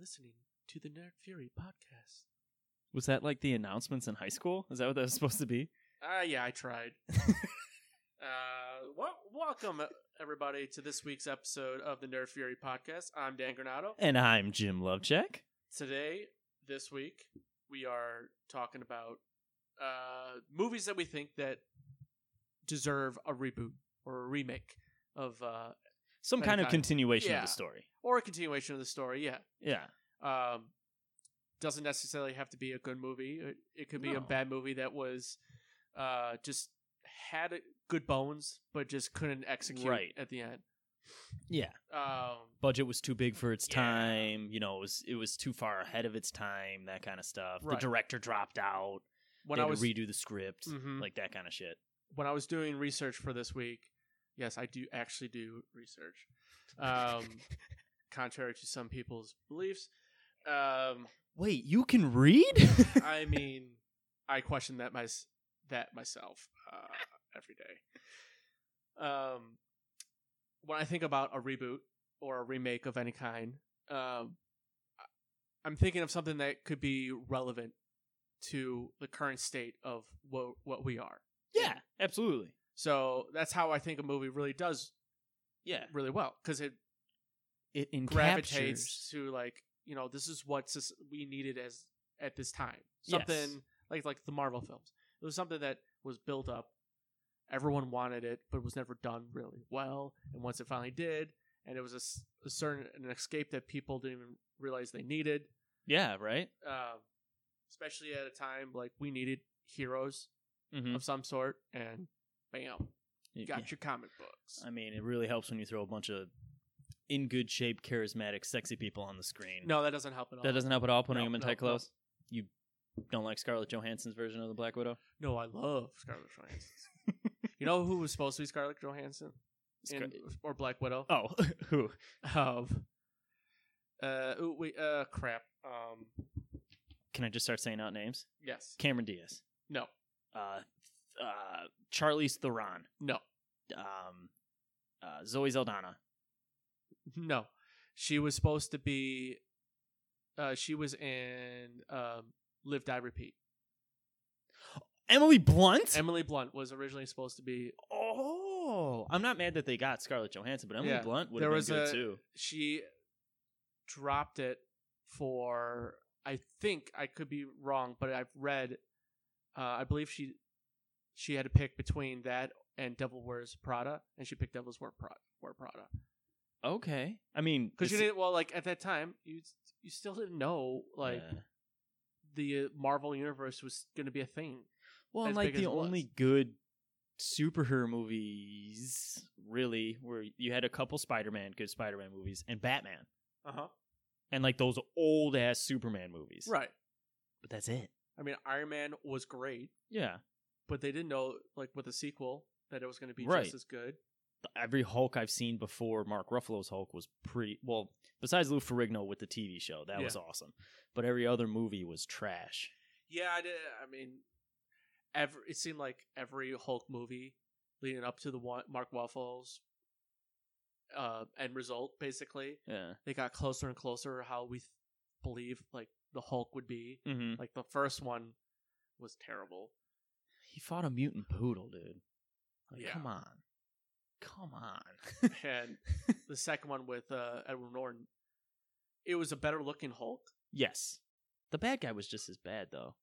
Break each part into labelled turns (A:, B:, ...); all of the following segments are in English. A: listening to the Nerd Fury podcast.
B: Was that like the announcements in high school? Is that what that was supposed to be?
A: Ah, yeah, I tried. uh, wel- welcome everybody to this week's episode of the Nerd Fury podcast. I'm Dan Granado.
B: And I'm Jim Lovecheck.
A: Today, this week, we are talking about uh, movies that we think that deserve a reboot or a remake of, uh,
B: Some
A: That
B: kind of
A: guy.
B: continuation of
A: Yeah.
B: the story.
A: or a continuation of the story. Yeah,
B: Yeah.
A: um, doesn't necessarily have to be a good movie. It, it could be a
B: No.
A: bad movie that was uh, just had a, good bones, but just couldn't execute
B: Right.
A: at the end.
B: Yeah.
A: Um,
B: Budget was too big for its
A: Yeah.
B: time, you know, it was it was too far ahead of its time, that kind of stuff.
A: Right.
B: The director dropped out.
A: when
B: they
A: I
B: had to
A: was
B: redo the script,
A: Mhm.
B: like that kind of shit.
A: when I was doing research for this week, yes, I do actually do research, um, contrary to some people's beliefs. Um,
B: Wait, you can read?
A: I mean, I question that my that myself uh, every day. Um, when I think about a reboot or a remake of any kind, um, I- I'm thinking of something that could be relevant to the current state of what what we are.
B: yeah, absolutely.
A: So that's how I think a movie really does
B: Yeah.
A: really well because it
B: It
A: gravitates to like you know this is what sus- we needed as at this time
B: Yes.
A: something like like the marvel films it was something that was built up everyone wanted it but was never done really well and once it finally did and it was a, s- a certain an escape that people didn't even realize they needed
B: Yeah, right?
A: um, especially at a time like we needed heroes
B: Mm-hmm.
A: of some sort and bam you got
B: yeah.
A: your comic books
B: I mean, it really helps when you throw a bunch of in good shape, charismatic, sexy people on the screen.
A: no that doesn't help at all
B: That doesn't help at all putting
A: No,
B: him in
A: no,
B: tight
A: no.
B: clothes. You don't like Scarlett Johansson's version of the Black Widow?
A: No, I love Scarlett Johansson. you know who was supposed to be Scarlett Johansson
B: Scar-
A: in, or Black Widow?
B: oh, who?
A: Of uh, ooh, wait, uh, crap. Um,
B: Can I just start saying out names?
A: yes.
B: Cameron Diaz.
A: No.
B: Uh, uh, Charlize Theron.
A: No.
B: Um, uh, Zoe Zeldana.
A: No. She was supposed to be. Uh, she was in um, Live Die Repeat.
B: Emily Blunt?
A: Emily Blunt was originally supposed to be.
B: oh. I'm not mad that they got Scarlett Johansson, but Emily
A: Yeah.
B: Blunt would
A: There
B: have been
A: was
B: good
A: a-
B: too.
A: She dropped it for. I think I could be wrong, but I've read. Uh, I believe she she had to pick between that and Devil Wears Prada, and she picked Devil's Wear Prada. Wear Prada
B: Okay. I mean,
A: because you
B: it's-
A: didn't. Well, like at that time, you you still didn't know like
B: Yeah.
A: the uh, Marvel universe was going to be a thing.
B: Well, and
A: as
B: like
A: big as
B: the
A: it was.
B: only good superhero movies, really, where you had a couple Spider-Man, good Spider-Man movies, and Batman,
A: Uh
B: Uh-huh.
A: huh.
B: and like those old ass Superman movies.
A: Right.
B: But that's it.
A: I mean, Iron Man was great,
B: Yeah.
A: but they didn't know like with the sequel that it was going to be
B: Right.
A: just as good.
B: Every Hulk I've seen before Mark Ruffalo's Hulk was pretty well. Besides Lou Ferrigno with the TV show, that
A: Yeah.
B: was awesome. But every other movie was trash.
A: Yeah, I did. I mean, every it seemed like every Hulk movie leading up to the one, Mark Waffles uh, end result, basically,
B: Yeah.
A: they got closer and closer how we th- believe like the Hulk would be.
B: Mm-hmm.
A: Like the first one was terrible.
B: He fought a mutant poodle, dude. Like,
A: Yeah.
B: Come on. Come on.
A: and the second one with uh, Edward Norton, it was a better looking Hulk.
B: Yes. The bad guy was just as bad though.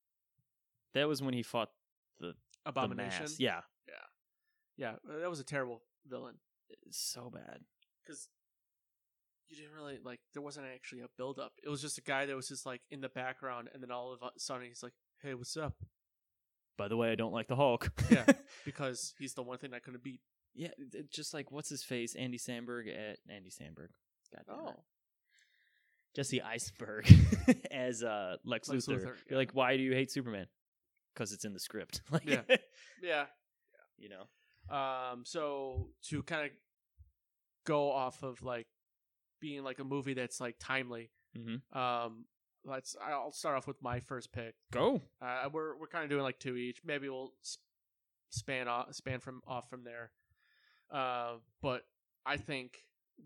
B: That was when he fought the
A: Abomination.
B: mass. Yeah.
A: yeah, uh, that was a terrible villain
B: It's so bad.
A: because you didn't really like. There wasn't actually a build up. It was just a guy that was just like in the background, and then all of a sudden he's like, "Hey, what's up?"
B: By the way, I don't like the Hulk.
A: Yeah. Because he's the one thing I couldn't beat.
B: yeah, it- just like what's his face? Andy Sandberg at Andy Sandberg. God damn it. Jesse Eisenberg as uh Lex,
A: Lex
B: Luthor.
A: Luthor, yeah.
B: You're like, why do you hate Superman? Because it's in the script. Like
A: Yeah. yeah.
B: you know.
A: Um. So to kind of go off of like being like a movie that's like timely.
B: Mhm.
A: Um. Let's. I'll start off with my first pick.
B: Go.
A: Uh, we're we're kind of doing like two each. Maybe we'll s- span off, span from off from there. Uh, but I think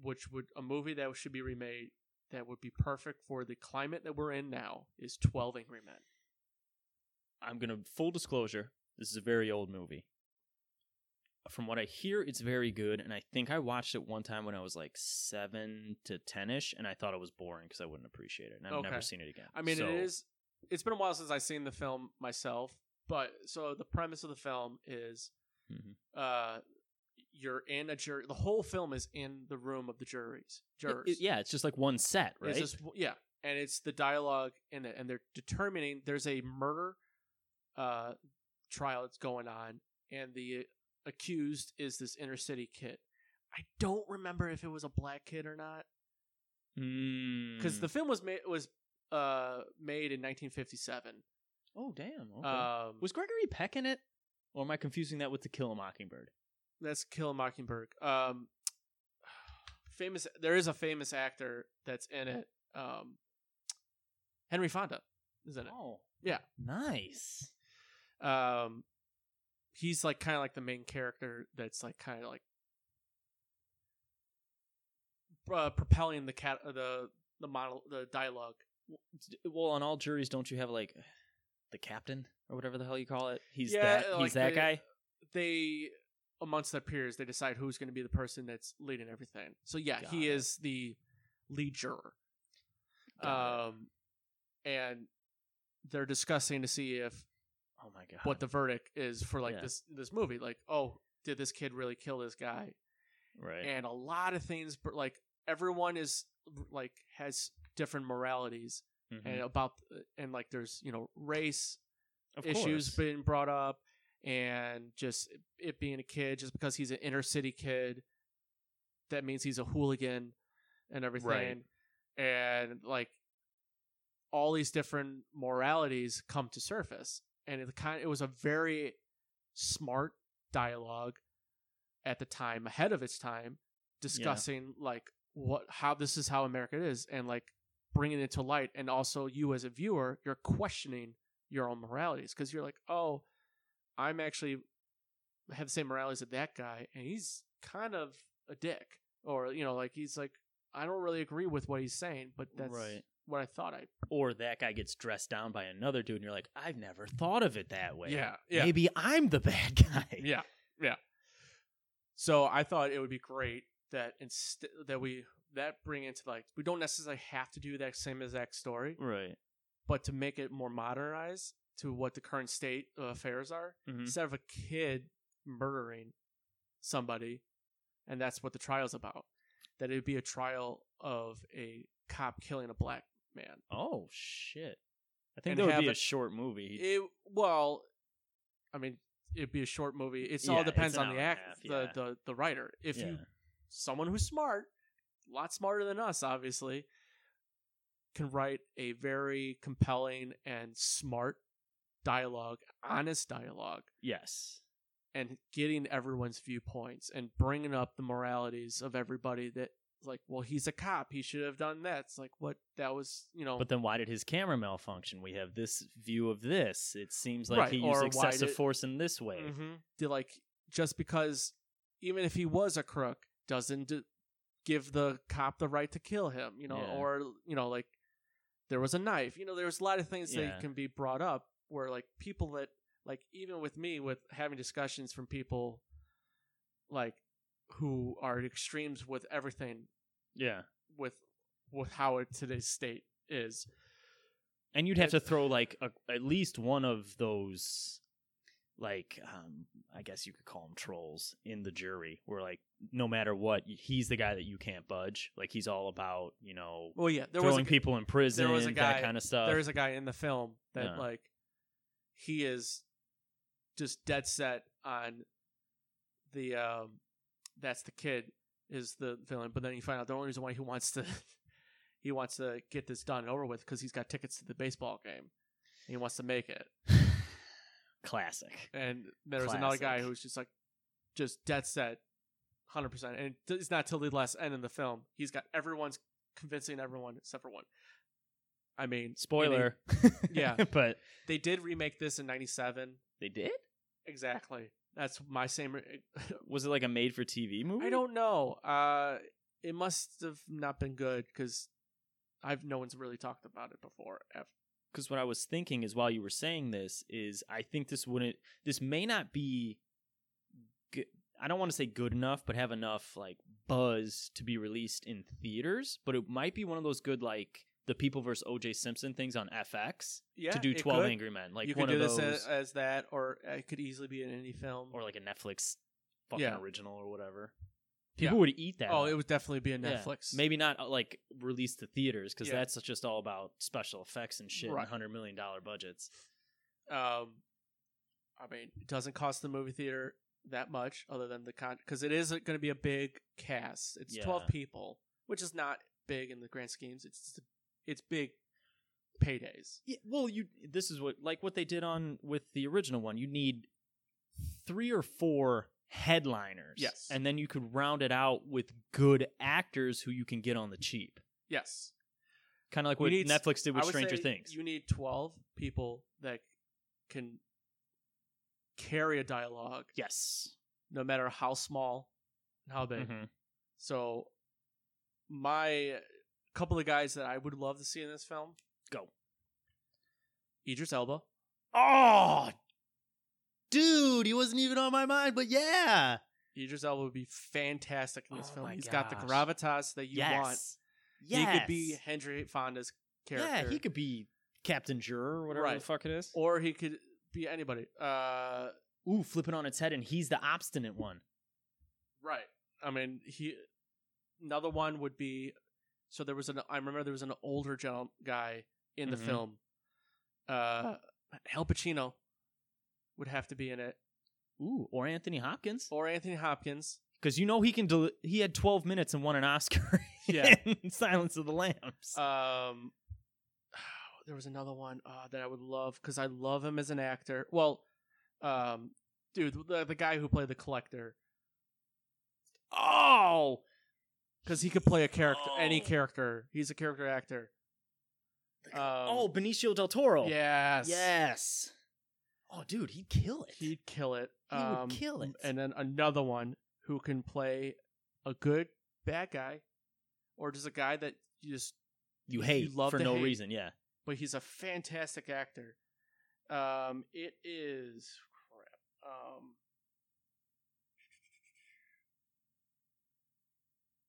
A: which would a movie that should be remade that would be perfect for the climate that we're in now is 12 Angry Men.
B: I'm gonna full disclosure. This is a very old movie. From what I hear, it's very good, and I think I watched it one time when I was like seven to ten ish, and I thought it was boring because I wouldn't appreciate it, and I've never
A: Okay.
B: seen it again.
A: I mean,
B: So,
A: it is. It's been a while since I've seen the film myself, but so the premise of the film is,
B: Mhm.
A: uh, you're in a jury. The whole film is in the room of the juries.
B: it-
A: Jurors.
B: it- yeah, it's just like one set, right?
A: It's just yeah, and it's the dialogue in it, and they're determining there's a murder uh, trial that's going on, and the accused is this inner city kid. I don't remember if it was a black kid or not
B: Hmm. Mm.
A: because the film was made was uh, made in 1957.
B: oh damn, okay.
A: Um,
B: was Gregory Peck in it, or am I confusing that with To Kill a Mockingbird?
A: that's Kill a Mockingbird. Um, famous. There is a famous actor that's in it. Um, Henry Fonda is in it.
B: Oh,
A: Yeah.
B: nice.
A: um he's like kind of like the main character that's like kind of like uh, propelling the cat uh, the the model the dialogue
B: Well, on all juries, don't you have like the captain or whatever the hell you call it? He's
A: Yeah,
B: that.
A: like
B: he's that
A: the-
B: guy.
A: they amongst their peers they decide who's going to be the person that's leading everything so yeah
B: Got
A: he
B: it.
A: is the lead juror
B: Got it.
A: um and they're discussing to see if
B: oh my god.
A: what the verdict is for like
B: Yeah.
A: this this movie like oh did this kid really kill this guy
B: right?
A: and a lot of things but like everyone is like has different moralities
B: Mhm.
A: and about and like there's you know race
B: Of
A: issues
B: course.
A: being brought up and just it being a kid just because he's an inner city kid that means he's a hooligan and everything and like all these different moralities come to surface and it kind it was a very smart dialogue at the time ahead of its time discussing like what how this is how america is and like bringing it to light and also you as a viewer you're questioning your own moralities because you're like oh i'm actually have the same moralities as that guy and he's kind of a dick or you know like he's like i don't really agree with what he's saying but that's
B: Right.
A: what i thought i
B: or that guy gets dressed down by another dude, and you're like, I've never thought of it that way.
A: Yeah, yeah.
B: Maybe I'm the bad guy.
A: Yeah, yeah. So I thought it would be great that inst- that we that bring into like we don't necessarily have to do that same exact story,
B: Right.
A: but to make it more modernized to what the current state of affairs are,
B: Mhm.
A: instead of a kid murdering somebody, and that's what the trial's about. That it would be a trial of a cop killing a black man.
B: Oh shit. I think
A: And
B: that would
A: have
B: be a
A: it-
B: short movie.
A: It well, I mean, it'd be a short movie. It's
B: Yeah,
A: all
B: it's
A: depends
B: an
A: on the
B: hour and
A: act,
B: a half,
A: the,
B: yeah.
A: the the writer. If
B: yeah.
A: you someone who's smart, a lot smarter than us, obviously, can write a very compelling and smart dialogue, honest dialogue,
B: yes.
A: and getting everyone's viewpoints and bringing up the moralities of everybody that, like, well, he's a cop. He should have done that. It's like, what? That was, you know.
B: But then why did his camera malfunction? We have this view of this. It seems like
A: Right,
B: he
A: or
B: used
A: why
B: excessive
A: did-
B: force in this way.
A: hmm like, just because, even if he was a crook, doesn't d- give the cop the right to kill him, you know,
B: Yeah.
A: or, you know, like, there was a knife. You know, there's a lot of things
B: Yeah.
A: that can be brought up where, like, people that, like, even with me, with having discussions from people, like, who are at extremes with everything,
B: Yeah.
A: with, with how it, today's state is.
B: And you'd have to
A: It-
B: throw like a, at least one of those, like um, I guess you could call them trolls in the jury, where like no matter what, he's the guy that you can't budge. Like he's all about you know
A: Well, yeah, there was
B: throwing
A: a,
B: people in prison,
A: there was a guy-
B: that kind of stuff.
A: there is a guy in the film that
B: Yeah.
A: like he is just dead set on the um that's the kid is the villain but then you find out the only reason why he wants to he wants to get this done and over with because he's got tickets to the baseball game and he wants to make it
B: Classic.
A: and there was another guy
B: Classic.
A: who's just like just dead set 100% and it's not till the last end in the film he's got everyone's convincing everyone except for one i mean
B: Spoiler.
A: Yeah.
B: but
A: They did remake this in '97.
B: they did.
A: Exactly. That's my same. re-
B: Was it like a made-for-TV movie?
A: I don't know. Uh, it must have not been good because I've no one's really talked about it before. ev-
B: because what I was thinking is while you were saying this is I think this wouldn't this may not be good, I don't want to say good enough but have enough like buzz to be released in theaters but it might be one of those good like the people versus OJ Simpson things on FX
A: Yeah,
B: to do
A: it
B: 12
A: could.
B: Angry Men like
A: you
B: one
A: could do
B: of
A: this
B: those
A: as, as that, or it could easily be an indie film.
B: or like a Netflix fucking
A: Yeah.
B: original or whatever.
A: Yeah.
B: People would eat that.
A: oh,
B: up.
A: it would definitely be a
B: Yeah.
A: Netflix.
B: Maybe not uh, like released to theaters because
A: Yeah.
B: that's just all about special effects and shit
A: Right.
B: and hundred million dollar budgets.
A: Um, I mean, it doesn't cost the movie theater that much, other than the con, because it is going to be a big cast. It's twelve
B: Yeah.
A: people, which is not big in the grand schemes. It's it's big paydays.
B: Yeah, well, you this is what like what they did on with the original one. You need three or four headliners.
A: Yes.
B: And then you could round it out with good actors who you can get on the cheap.
A: Yes,
B: Kind of like
A: You
B: what
A: need s-
B: Netflix did with
A: I would
B: Stranger
A: say
B: Things.
A: You need twelve people that can carry a dialogue,
B: yes.
A: no matter how small and how big.
B: Mhm.
A: So, my couple of guys that I would love to see in this film
B: Go.
A: Idris Elba.
B: Oh, dude, he wasn't even on my mind, but yeah.
A: Idris Elba would be fantastic in this
B: Oh
A: film.
B: my
A: He's got the
B: gosh.
A: gravitas that you
B: yes.
A: want.
B: Yes.
A: He could be Henry Fonda's character.
B: Yeah, he could be Captain Juror or whatever
A: Right.
B: the fuck it is.
A: Or he could be anybody. Uh,
B: ooh, flip it on its head and he's the obstinate one.
A: right. I mean, he. Another one would be. So there was an. I remember there was an older gen- guy in the
B: Mhm.
A: film. Uh, Al Pacino would have to be in it,
B: Ooh, or Anthony Hopkins.
A: or Anthony Hopkins.
B: because you know he can. Del- he had 12 minutes and won an Oscar.
A: Yeah.
B: in Silence of the Lambs.
A: Um, there was another one uh, that I would love because I love him as an actor. Well, um, dude, the, the guy who played the collector
B: oh,
A: because he could play a character, any
B: Oh.
A: character. He's a character actor. Um,
B: oh, Benicio del Toro.
A: yes,
B: yes. Oh, dude, he'd kill it.
A: he'd kill it.
B: He would kill it.
A: um, And then another one who can play a good bad guy, or just a guy that you just
B: you hate
A: you'd love
B: for
A: to
B: no
A: hate.
B: reason. Yeah.
A: but he's a fantastic actor. Um, it is crap. Um,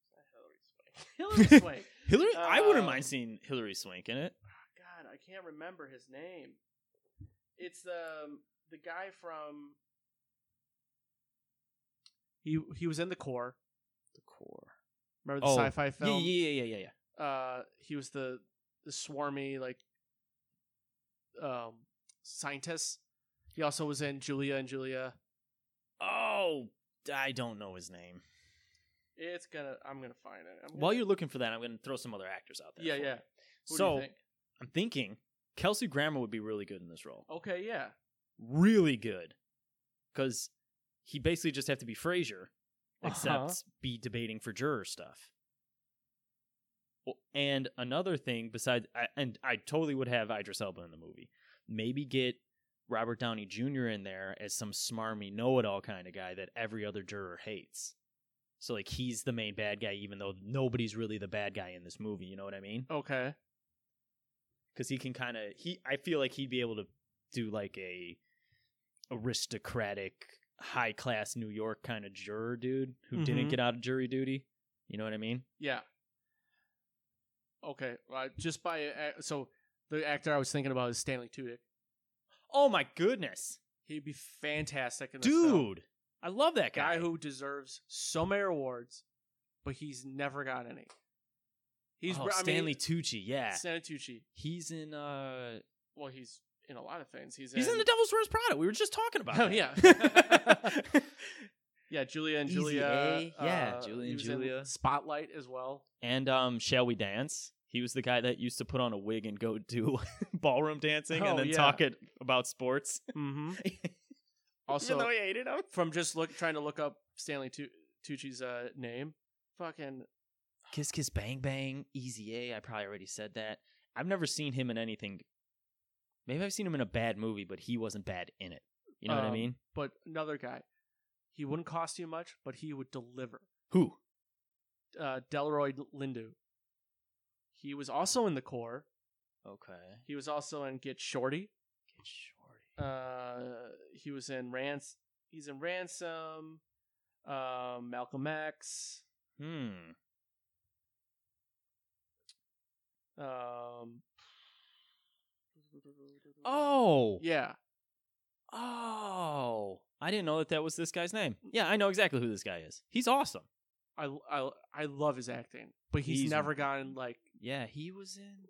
A: it's not Hillary Swank. Hillary Swank.
B: Hillary. I wouldn't
A: Um,
B: mind seeing Hillary Swank in it.
A: God, I can't remember his name. It's um the guy from. He he was in the core.
B: The core.
A: Remember the
B: Oh,
A: sci-fi film?
B: Yeah, yeah, yeah, yeah, yeah.
A: Uh, he was the the swarmy like um scientist. He also was in Julia and Julia.
B: Oh, I don't know his name.
A: It's gonna. I'm gonna find it. I'm gonna,
B: While you're looking for that, I'm going to throw some other actors out there.
A: yeah,
B: for
A: yeah.
B: you.
A: Who do
B: so
A: you think?
B: I'm thinking Kelsey Grammer would be really good in this role.
A: okay, yeah,
B: Really good, because he basically just have to be Frasier, except
A: Uh-huh.
B: be debating for juror stuff. Well, And another thing besides, I, and I totally would have Idris Elba in the movie. Maybe get Robert Downey Jr. in there as some smarmy know-it-all kind of guy that every other juror hates. So like he's the main bad guy, even though nobody's really the bad guy in this movie. You know what I mean?
A: okay,
B: because he can kind of he i feel like he'd be able to do like a aristocratic high class new york kind of juror dude who didn't
A: Mhm.
B: get out of jury duty you know what i mean
A: yeah, okay. Uh, just by uh, so the actor I was thinking about is Stanley Tudyk.
B: oh my goodness
A: He'd be fantastic in this film.
B: dude i love that guy,
A: guy who deserves so many awards, but he's never got any. He's
B: oh,
A: re- I mean,
B: stanley tucci yeah
A: Stanley Tucci.
B: he's in uh
A: Well, he's in a lot of things. He's
B: he's
A: in,
B: in the devil's wears prada we were just talking about
A: Oh,
B: that.
A: yeah, Julia and
B: Easy
A: Julia.
B: A, yeah,
A: uh,
B: Julia
A: he
B: and
A: was in
B: Julia.
A: Spotlight as well.
B: and um shall we dance he was the guy that used to put on a wig and go do ballroom dancing
A: Oh,
B: and then
A: yeah.
B: talk it about sports
A: Mm-hmm. Also,
B: Even though I hated him.
A: from just look trying to look up Stanley Tu- Tucci's uh, name, fucking
B: Kiss Kiss Bang Bang, Easy A. I probably already said that. I've never seen him in anything. Maybe I've seen him in a bad movie, but he wasn't bad in it. You know what I
A: Um,
B: mean?
A: but another guy. He wouldn't cost you much, but he would deliver.
B: Who?
A: Uh, Delroy Lindu. He was also in the core.
B: Okay.
A: He was also in Get Shorty.
B: Get shorty.
A: Uh, he was in Rans. He's in Ransom. Um, Malcolm X.
B: Hmm.
A: Um,
B: Oh.
A: yeah,
B: Oh. I didn't know that that was this guy's name. Yeah, I know exactly who this guy is. He's awesome.
A: I, I, I love his acting, but he's,
B: He's-
A: never gotten like.
B: Yeah, he was in.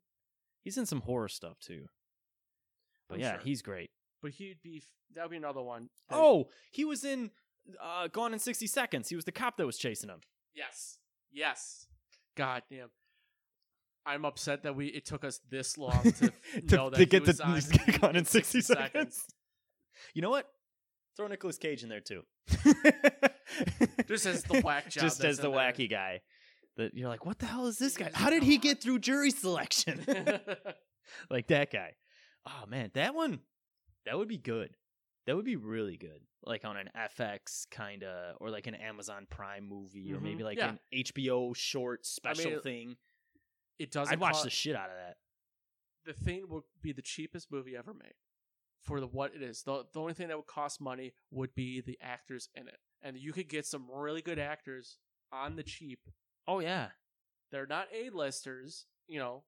B: He's in some horror stuff too. But
A: I'm
B: yeah,
A: Oh, sure.
B: he's great.
A: But he'd be f- that would be another one. that-
B: Oh, he was in uh, Gone in sixty seconds. He was the cop that was chasing him.
A: yes, yes. God damn, I'm upset that we it took us this long to, know that he
B: get the
A: was on
B: Gone in
A: 60
B: sixty, seconds.
A: seconds.
B: You know what? Throw Nicolas Cage in there too.
A: Just as the whack job
B: Just as
A: that's
B: the
A: in there.
B: wacky guy. That you're like, what the hell is this guy?
A: He's
B: How did he
A: gone.
B: get through jury selection? like that guy. Oh man, that one that would be good. That would be really good. Like on an FX kind of or like an Amazon Prime movie or
A: Mhm.
B: maybe like
A: Yeah.
B: an HBO short special
A: mean,
B: thing.
A: it doesn't.
B: I'd watch
A: co-
B: the shit out of that.
A: the thing would be the cheapest movie ever made for the what it is. The, the only thing that would cost money would be the actors in it. And you could get some really good actors on the cheap.
B: Oh yeah.
A: They're not A-listers, you know,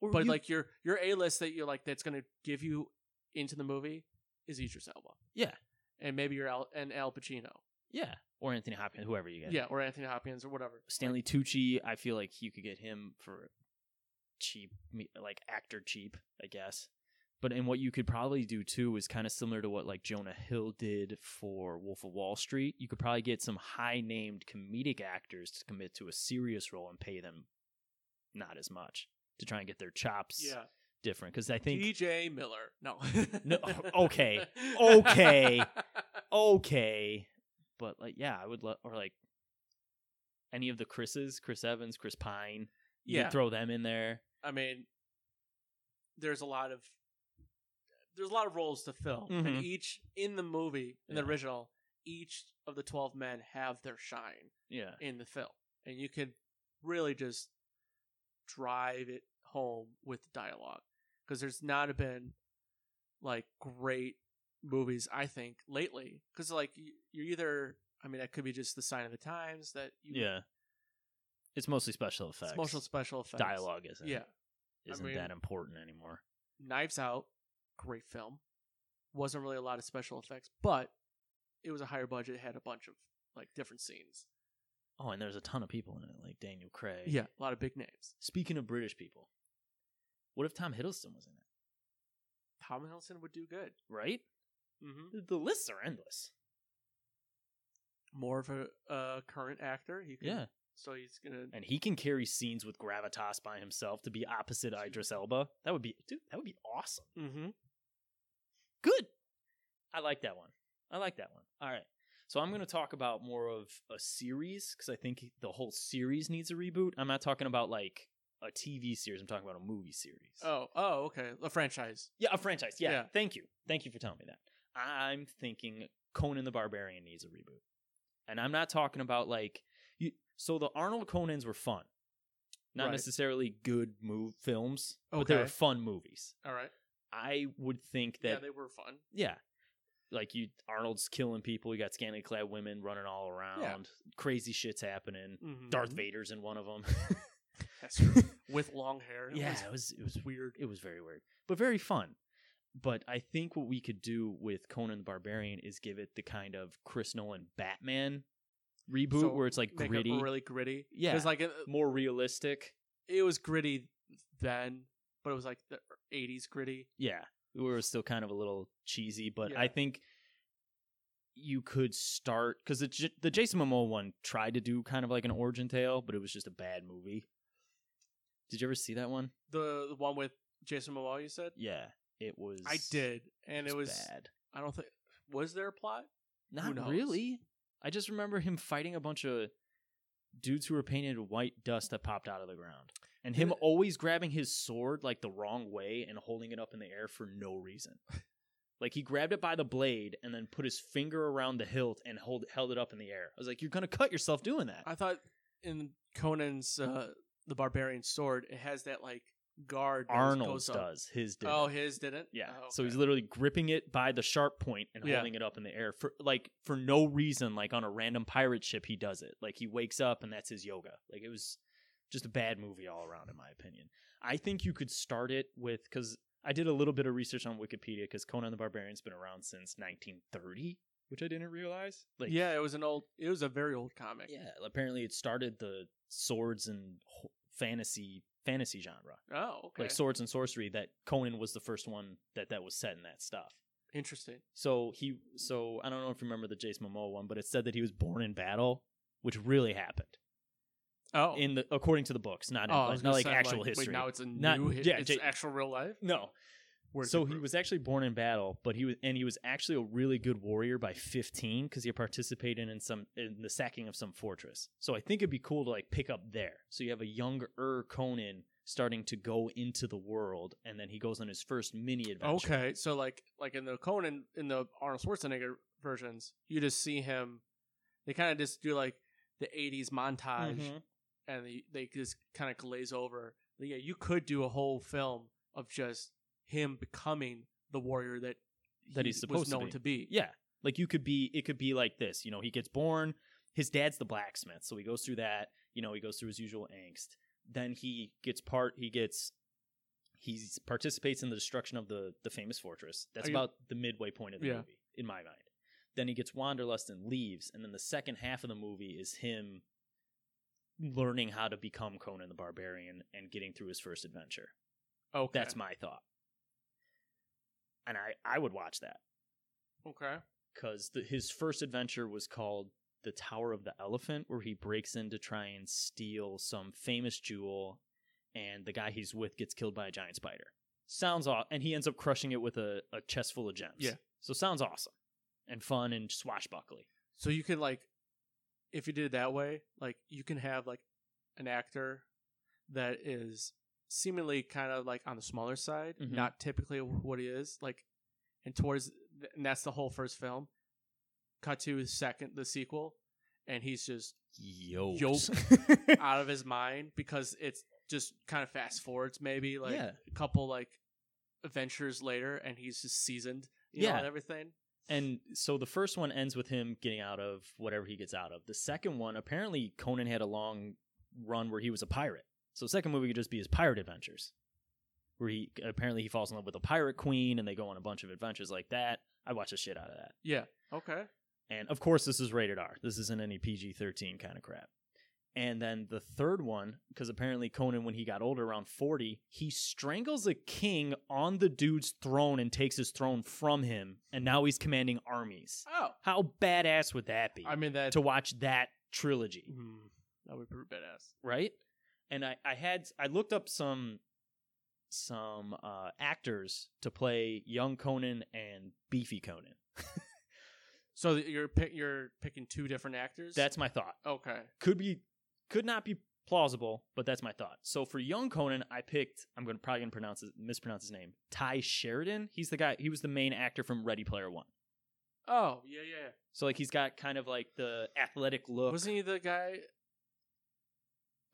B: Or
A: but
B: you-
A: like your your A-list that you're like that's going to give you into the movie is Idris Elba.
B: Yeah.
A: And maybe you're Al, and Al Pacino.
B: yeah, or Anthony Hopkins, whoever you
A: Yeah.
B: get.
A: or Anthony Hopkins or whatever.
B: Stanley Tucci, I feel like you could get him for cheap, me- like actor cheap, I guess. But and what you could probably do too is kind of similar to what like Jonah Hill did for Wolf of Wall Street. You could probably get some high named comedic actors to commit to a serious role and pay them not as much to try and get their chops
A: Yeah.
B: different. Because I think
A: DJ Miller. No.
B: No, okay. Okay. okay, but like yeah, I would love or like any of the Chris's, Chris Evans, Chris Pine. You
A: yeah.
B: could throw them in there.
A: I mean, there's a lot of there's a lot of roles to fill,
B: Mhm.
A: and each in the movie in
B: Yeah.
A: the original, each of the twelve men have their shine
B: Yeah.
A: in the film, and you can really just drive it home with the dialogue because there's not been like great movies I think lately because like y- you're either I mean that could be just the sign of the times that you
B: Yeah. It's mostly special
A: it's
B: effects.
A: mostly special effects
B: dialogue isn't
A: yeah I
B: isn't
A: mean-
B: that important anymore.
A: Knives Out, great film. Wasn't really a lot of special effects, but it was a higher budget. Had a bunch of like different scenes.
B: Oh, and there's a ton of people in it, like Daniel Craig.
A: Yeah, a lot of big names.
B: Speaking of British people, what if Tom Hiddleston was in it?
A: Tom Hiddleston would do good.
B: Right?
A: Mm-hmm.
B: The- The lists are endless.
A: More of a uh, current actor. He could,
B: Yeah.
A: So he's gonna.
B: And he can carry scenes with gravitas by himself to be opposite Idris Elba. That would be dude, that would be awesome.
A: Mm-hmm.
B: Good. I like that one. I like that one. All right. So I'm going to talk about more of a series because I think the whole series needs a reboot. I'm not talking about like a TV series. I'm talking about a movie series.
A: Oh. Oh. Okay. A franchise.
B: yeah, a franchise. Yeah,
A: Yeah.
B: Thank you. Thank you for telling me that. I'm thinking Conan the Barbarian needs a reboot, and I'm not talking about like you. So the Arnold Conans were fun, not
A: Right.
B: necessarily good move films, but they
A: Okay.
B: were fun movies.
A: All right.
B: I would think that
A: yeah, they were fun.
B: yeah. Like you Arnold's killing people, you got scantily clad women running all around. Crazy shit's happening.
A: Mm-hmm.
B: Darth Vader's in one of them.
A: That's true. With long hair. It
B: yeah,
A: was-
B: it was it was weird. It was very weird, but very fun. But I think what we could do with Conan the Barbarian is give it the kind of Chris Nolan Batman reboot
A: So
B: where it's like
A: make it
B: gritty,
A: really gritty.
B: Yeah.
A: Because like it,
B: more realistic.
A: it was gritty then, but it was like the '80s gritty.
B: yeah we were still kind of a little cheesy but
A: Yeah.
B: i think you could start because the, J- the jason momoa one tried to do kind of like an origin tale but it was just a bad movie did you ever see that one
A: The, the one with Jason Momoa, you said?
B: yeah it was
A: I did, and it was.
B: bad
A: I don't think was there a plot.
B: not
A: knows?
B: really i just remember him fighting a bunch of dudes who were painted white dust that popped out of the ground and him
A: Did-
B: always grabbing his sword like the wrong way and holding it up in the air for no reason. Like he grabbed it by the blade and then put his finger around the hilt and hold held it up in the air. I was like, "You're gonna cut yourself doing that."
A: I thought in Conan's uh, the barbarian sword, it has that like guard. that
B: Arnold's
A: goes up.
B: does. His did.
A: Oh, his didn't.
B: Yeah.
A: Oh,
B: So he's
A: okay.
B: literally gripping it by the sharp point and
A: Yeah.
B: holding it up in the air for like for no reason, like on a random pirate ship he does it. Like he wakes up and that's his yoga. Like it was just a bad movie all around in my opinion. I think you could start it with cuz I did a little bit of research on Wikipedia cuz Conan the Barbarian's been around since 1930, which I didn't realize. Like
A: yeah, it was an old. It was a very old comic.
B: Yeah, apparently it started the swords and ho- fantasy fantasy genre.
A: Oh, okay.
B: Like swords and sorcery that Conan was the first one that that was set in that stuff.
A: Interesting.
B: So he, so I don't know if you remember the Jason Momoa one, but it said that he was born in battle, which really happened
A: Oh,
B: in the according to the books, not in,
A: oh, I was
B: not
A: gonna
B: like
A: say, I'm
B: actual
A: like,
B: history.
A: Wait, now it's a
B: Not-
A: new. hi-
B: yeah,
A: it's
B: J-
A: actual real life.
B: no,
A: Word
B: so
A: to
B: he
A: prove.
B: was actually born in battle, but he was and he was actually a really good warrior by 15 because he participated in some in the sacking of some fortress. So I think it'd be cool to like pick up there. So you have a younger Conan starting to go into the world, and then he goes on his first mini adventure.
A: Okay, so like like in the Conan in the Arnold Schwarzenegger versions, you just see him. They kind of just do like the '80s montage,
B: Mhm.
A: and they they just kind of glaze over. But yeah, you could do a whole film of just him becoming the warrior that
B: That
A: he
B: he's supposed
A: was
B: to
A: known
B: be.
A: to be.
B: Yeah. Like you could be it could be like this. You know, he gets born, his dad's the blacksmith, so he goes through that, you know, he goes through his usual angst. Then he gets part he gets he participates in the destruction of the the famous fortress. That's
A: Are you-
B: about the midway point of the
A: Yeah.
B: movie, in my mind. Then he gets wanderlust and leaves, and then the second half of the movie is him learning how to become Conan the Barbarian and getting through his first adventure.
A: Okay,
B: That's my thought. And I I would watch that
A: okay.
B: because his first adventure was called the Tower of the Elephant, where he breaks in to try and steal some famous jewel, and the guy he's with gets killed by a giant spider. Sounds off, and he ends up crushing it with a, a chest full of gems.
A: Yeah.
B: so sounds awesome and fun and swashbuckly.
A: So you could like, if you did it that way, like you can have like an actor that is seemingly kind of like on the smaller side,
B: Mhm.
A: not typically what he is. Like, and towards and that's the whole first film. Cut to his second, the sequel, and he's just
B: Yo,
A: out of his mind because it's just kind of fast forwards maybe like
B: Yeah.
A: a couple like adventures later, and he's just seasoned, you know,
B: Yeah.
A: and everything.
B: And so the first one ends with him getting out of whatever he gets out of. The second one, apparently Conan had a long run where he was a pirate. So the second movie could just be his pirate adventures. Where he apparently he falls in love with a pirate queen and they go on a bunch of adventures like that. I watch the shit out of that.
A: Yeah. Okay.
B: And of course this is rated R. This isn't any PG-13 kind of crap. And then the third one, because apparently Conan, when he got older, around 40, he strangles a king on the dude's throne and takes his throne from him. And now he's commanding armies.
A: Oh,
B: How badass would that be
A: I mean that.
B: to watch that trilogy,
A: Mm, that would be pretty badass.
B: right? And I, I had I looked up some some uh, actors to play young Conan and beefy Conan.
A: So th- you're pick, you're picking two different actors.
B: That's my thought.
A: okay.
B: Could be could not be plausible, but that's my thought. So for young Conan, I picked I'm going to probably going to pronounce his, mispronounce his name. Ty Sheridan. He's the guy. He was the main actor from Ready Player One.
A: Oh yeah, yeah.
B: So like he's got kind of like the athletic look.
A: Wasn't he the guy?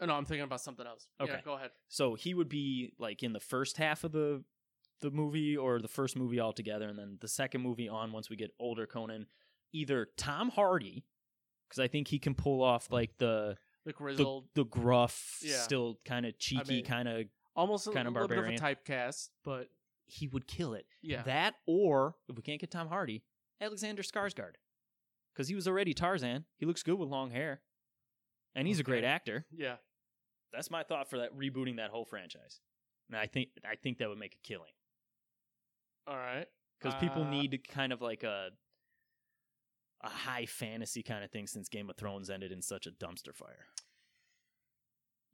A: Oh, no, I'm thinking about something else. Yeah,
B: Okay.
A: go ahead.
B: So he would be like in the first half of the the movie or the first movie altogether, and then the second movie on once we get older Conan, either Tom Hardy, because I think he can pull off like the
A: The
B: the,
A: grizzled,
B: the gruff,
A: Yeah.
B: still kind of cheeky,
A: mean-
B: kind of
A: almost a
B: kind of
A: little bit of a
B: barbarian.
A: typecast, but
B: he would kill it.
A: yeah.
B: That or if we can't get Tom Hardy, Alexander Skarsgård, because he was already Tarzan. He looks good with long hair, and he's a great
A: Okay.
B: actor.
A: yeah.
B: That's my thought for that rebooting that whole franchise, and I think I think that would make a killing.
A: All right.
B: because people
A: Uh,
B: need kind of like a a high fantasy kind of thing since Game of Thrones ended in such a dumpster fire.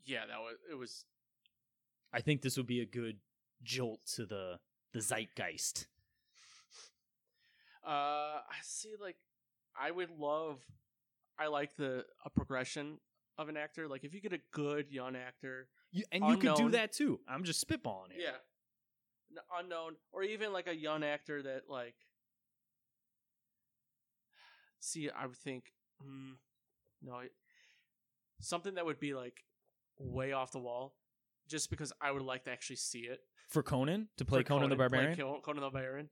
A: Yeah, that was it. Was
B: I think this would be a good jolt to the the zeitgeist.
A: uh, I see. Like, I would love. I like the a progression of an actor. Like, if you get a good young actor
B: You, and you could do
A: Unknown.
B: that too. I'm just spitballing here.
A: Yeah. N- unknown or even like a young actor that like hmm, see I would think mm, no I- something that would be like way off the wall, just because I would like to actually see it.
B: for Conan to play
A: for
B: Conan, the
A: play
B: Barbarian,
A: Kil- Conan the Barbarian.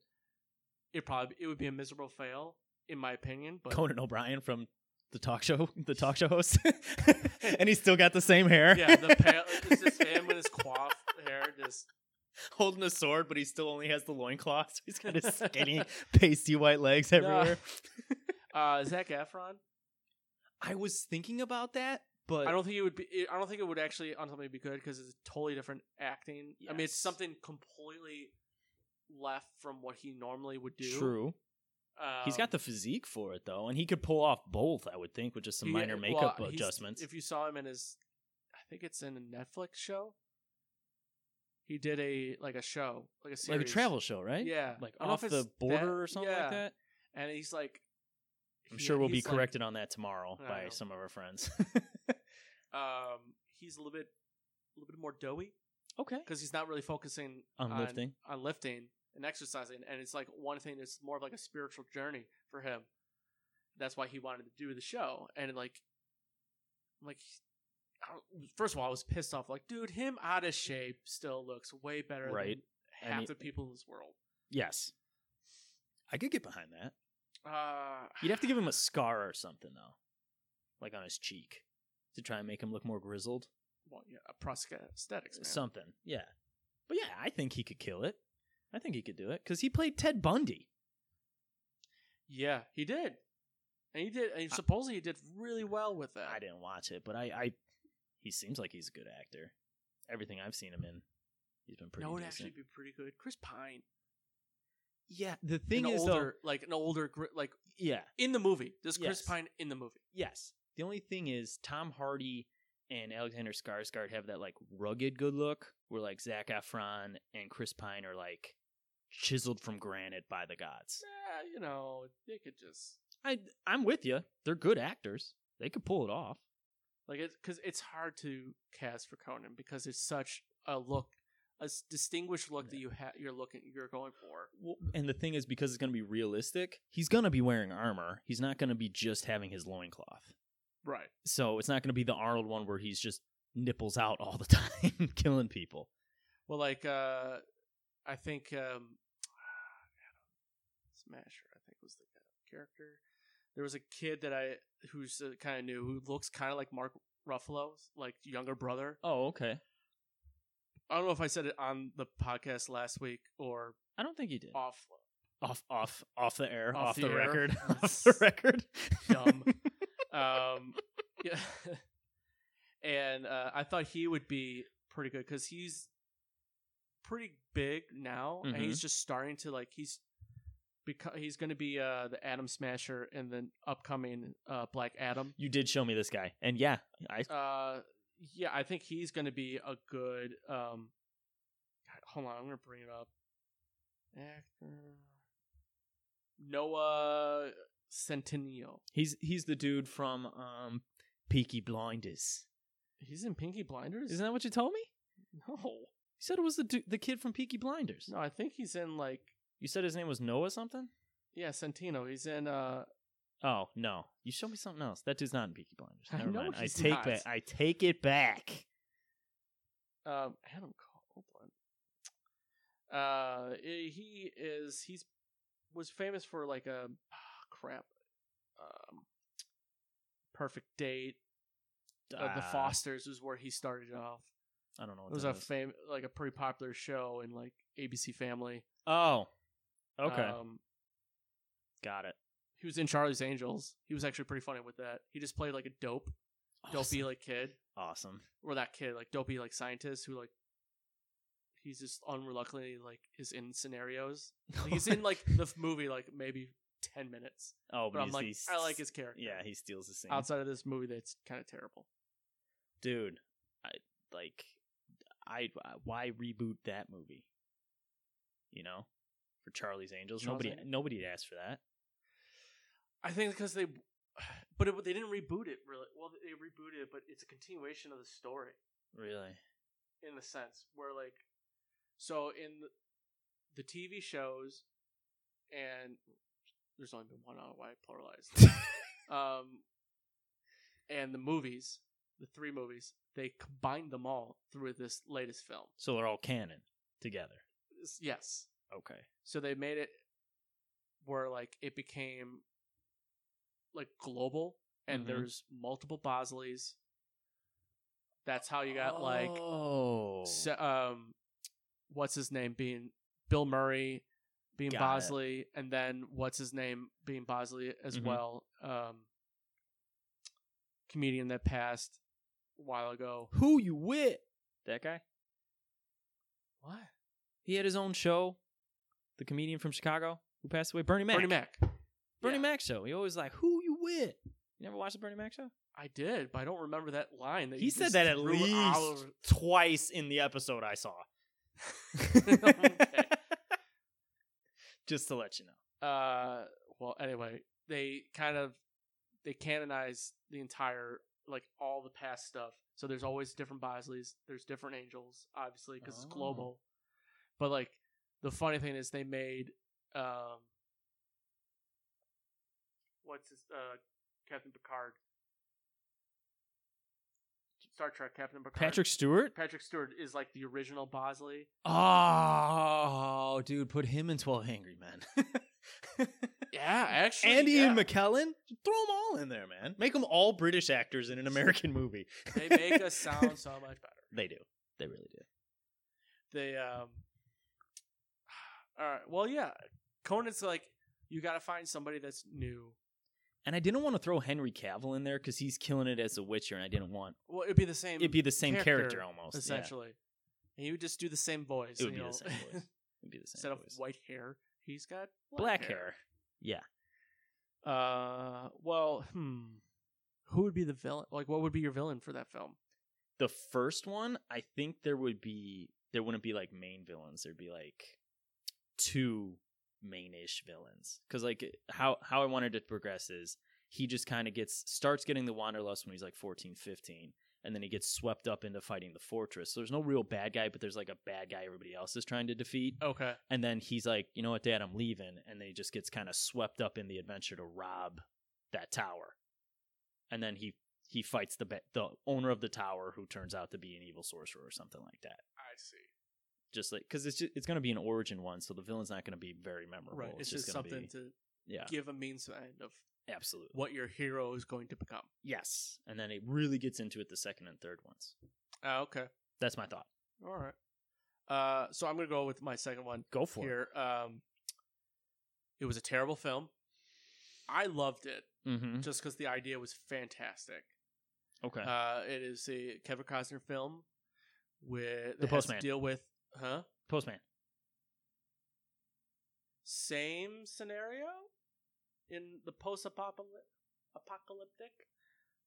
A: It probably it would be a miserable fail in my opinion, but
B: Conan O'Brien from the talk show, the talk show host, and he's still got the same hair.
A: yeah, the pale, it's just him with his coif hair. Just
B: holding a sword, but he still only has the loincloth. So he's got his skinny, pasty white legs everywhere.
A: uh, Zach Efron.
B: I was thinking about that, but
A: I don't think it would be. it- I don't think it would actually ultimately be good because it's totally different acting. I mean, it's
B: Yes.
A: something completely left from what he normally would do.
B: true. he's got
A: Um,
B: the physique for it though, and he could pull off both. I would think with just some
A: yeah,
B: minor
A: well,
B: makeup
A: he's-
B: adjustments.
A: If you saw him in his, I think it's in a Netflix show. He did a like a show, like a series.
B: like a travel show, right?
A: Yeah.
B: like
A: I don't know
B: off
A: if
B: the
A: it's that-
B: border or something
A: yeah.
B: like that.
A: and he's like.
B: I'm
A: he-
B: sure we'll be
A: he's, like,
B: corrected on that tomorrow
A: I
B: by
A: know.
B: some of our friends.
A: um, he's a little bit, a little bit more doughy
B: okay,
A: because he's not really focusing
B: I'm
A: on-
B: lifting.
A: on lifting and exercising, and it's like one thing that's more of like a spiritual journey for him. That's why he wanted to do the show, and like, I'm like, I don't- first of all, I was pissed off. Like, dude, him out of shape still looks way better
B: Right.
A: than
B: And
A: half
B: he-
A: the people in this world.
B: Yes, I could get behind that.
A: Uh,
B: You'd have to give him a scar or something though, like on his cheek, to try and make him look more grizzled.
A: well, yeah, a prosthetics, man.
B: Something, yeah. But yeah, I think he could kill it. I think he could do it because he played Ted Bundy.
A: yeah, he did, and he did, and supposedly he did really well with that.
B: I didn't watch it, but I, I he seems like he's a good actor. Everything I've seen him in, he's been pretty.
A: that would
B: decent.
A: actually be pretty good. Chris Pine,
B: yeah, the thing
A: an
B: is
A: older, like an older, gr- like
B: though, yeah,
A: in the movie. Does Chris
B: Yes.
A: Pine in the movie?
B: yes. The only thing is Tom Hardy and Alexander Skarsgård have that like rugged good look, where like Zac Efron and Chris Pine are like chiseled from granite by the gods.
A: Eh, you know, they could just
B: I I'm with you. They're good actors. They could pull it off.
A: like it because it's hard to cast for Conan because it's such a look, a s- distinguished look that you ha- you're looking you're going for.
B: Well, and the thing is, because it's going to be realistic, he's going to be wearing armor. He's not going to be just having his loincloth.
A: Right.
B: So it's not going to be the Arnold one where he's just nipples out all the time, killing people.
A: Well, like uh, I think um, Smasher, I think was the character. There was a kid that I who's uh, kind of new who looks kind of like Mark Ruffalo's like younger brother.
B: Oh, okay.
A: I don't know if I said it on the podcast last week or
B: I don't think he did. Off,
A: off
B: off, off, the air, off,
A: Off
B: the,
A: the air.
B: record, off the record.
A: dumb. um, yeah. and uh, I thought he would be pretty good because he's pretty big now, and he's just starting to like he's because he's going to be uh, the Atom Smasher in the upcoming uh, Black Adam.
B: you did show me this guy, and yeah, I
A: Uh, yeah, I think he's going to be a good. Um, God, hold on, I'm going to bring it up. Actor Noah Centineo.
B: he's he's the dude from um, Peaky Blinders.
A: He's in Pinky Blinders.
B: Isn't that what you told me?
A: no.
B: You said it was the du- the kid from Peaky Blinders.
A: No, I think he's in like
B: You said his name was Noah something?
A: yeah, Santino. He's in uh
B: Oh no, you showed me something else. That dude's not in Peaky Blinders.
A: I
B: Never
A: know
B: mind. I
A: he's
B: take
A: not.
B: back. I take it back.
A: um Adam Copeland. Uh i- he is he's was famous for like a ah, crap um Perfect Date. Uh, the
B: Ah,
A: Fosters is where he started off.
B: I don't know. What
A: It was
B: that
A: a
B: is.
A: fam- like a pretty popular show in like ABC Family.
B: oh, okay,
A: Um,
B: got it.
A: he was in Charlie's Angels. He was actually pretty funny with that. He just played like a dope,
B: Awesome.
A: dopey like kid.
B: awesome.
A: or that kid, like dopey, like scientist who like he's just unreluctantly like is in scenarios. Like, he's in like the f- movie like maybe ten minutes,
B: oh,
A: but I'm
B: he's-
A: like
B: he's-
A: I like his character.
B: Yeah, he steals the scene.
A: Outside of this movie, that's kind of terrible.
B: Dude, I like. I why reboot that movie? You know, for Charlie's Angels.
A: Charlie's
B: nobody
A: Angels?
B: nobody had asked for that.
A: I think because they, but it, they didn't reboot it really. Well, they rebooted it, but it's a continuation of the story
B: Really?
A: in the sense where like, so in the, the TV shows, and there's only been one. I don't know why I pluralized. um, and the movies, the three movies, they combined them all through this latest film.
B: So they're all canon together.
A: This- Yes.
B: Okay.
A: So they made it where like it became like global and
B: Mhm.
A: there's multiple Bosleys. That's how you got like
B: oh
A: se- um what's his name being Bill Murray being
B: Got it.
A: Bosley and then what's his name being Bosley as
B: Mhm.
A: well. Um comedian that passed a while ago.
B: who you with? That guy.
A: What?
B: He had his own show. The comedian from Chicago who passed away, Bernie Mac.
A: Bernie Mac.
B: Bernie
A: Yeah.
B: Mac show. He always like, who you with? You never watched the Bernie Mac show?
A: I did, but I don't remember that line. That
B: He
A: you
B: said
A: just
B: that at
A: threw
B: least
A: all over-
B: twice in the episode I saw.
A: Okay.
B: Just to let you know.
A: uh well anyway they kind of they canonize the entire like all the past stuff so there's always different bosleys there's different angels obviously because it's
B: Oh.
A: global but like the funny thing is they made um what's his uh captain picard star trek captain picard
B: Patrick Stewart?
A: patrick stewart is like the original bosley
B: Oh, dude, put him in 12 Angry Men.
A: yeah actually
B: and
A: yeah.
B: Ian McKellen? Throw them all in there, man. Make them all British actors in an American movie.
A: they make us sound so much better
B: They do. They really do.
A: they um all right well yeah conan's like you gotta find somebody that's new
B: And I didn't want to throw Henry Cavill in there because he's killing it as a Witcher, and I didn't want
A: well it'd be the same
B: it'd be the same character,
A: character,
B: almost.
A: essentially and you would just do the same voice
B: yeah. it would
A: you
B: be
A: know?
B: the same voice. It'd be the same
A: instead of
B: voice.
A: white hair he's got
B: black hair. Yeah.
A: uh well hmm who would be the villain like what would be your villain for that film
B: the first one, I think there would be there wouldn't be like main villains. There'd be like two mainish villains because like how how I wanted it to progress is he just kind of gets starts getting the wanderlust when he's like 14, 15, and then he gets swept up into fighting the fortress. So there's no real bad guy, but there's like a bad guy everybody else is trying to defeat.
A: okay
B: And then he's like, you know what, Dad, I'm leaving, and then he just gets kind of swept up in the adventure to rob that tower, and then he he fights the ba- the owner of the tower, who turns out to be an evil sorcerer or something like that.
A: i see
B: Just like because it's ju- it's going to be an origin one, so the villain's not going to be very memorable.
A: right it's, just,
B: gonna
A: something
B: be-
A: to
B: yeah,
A: give a means to end of
B: absolutely.
A: what your hero is going to become
B: Yes, and then it really gets into it the second and third ones.
A: Ah, okay
B: That's my thought.
A: all right uh so i'm gonna go with my second one
B: Go for
A: here. Um, it was a terrible film. I loved it
B: it. Mm-hmm.
A: just because the idea was fantastic.
B: Okay.
A: Uh, it is a Kevin Costner film with
B: The
A: that has to
B: Postman.
A: deal with huh
B: Postman.
A: same scenario in the post apocalyptic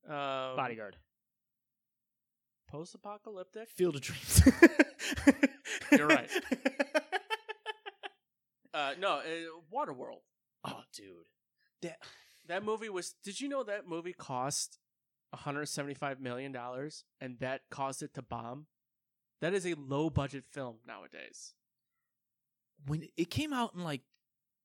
A: um,
B: Bodyguard.
A: post apocalyptic.
B: Field of Dreams.
A: You're right. Uh, no, uh, Waterworld.
B: Oh, dude. That
A: That movie was. Did you know that movie cost 175 million dollars, and that caused it to bomb? That is a low budget film nowadays.
B: when it came out in like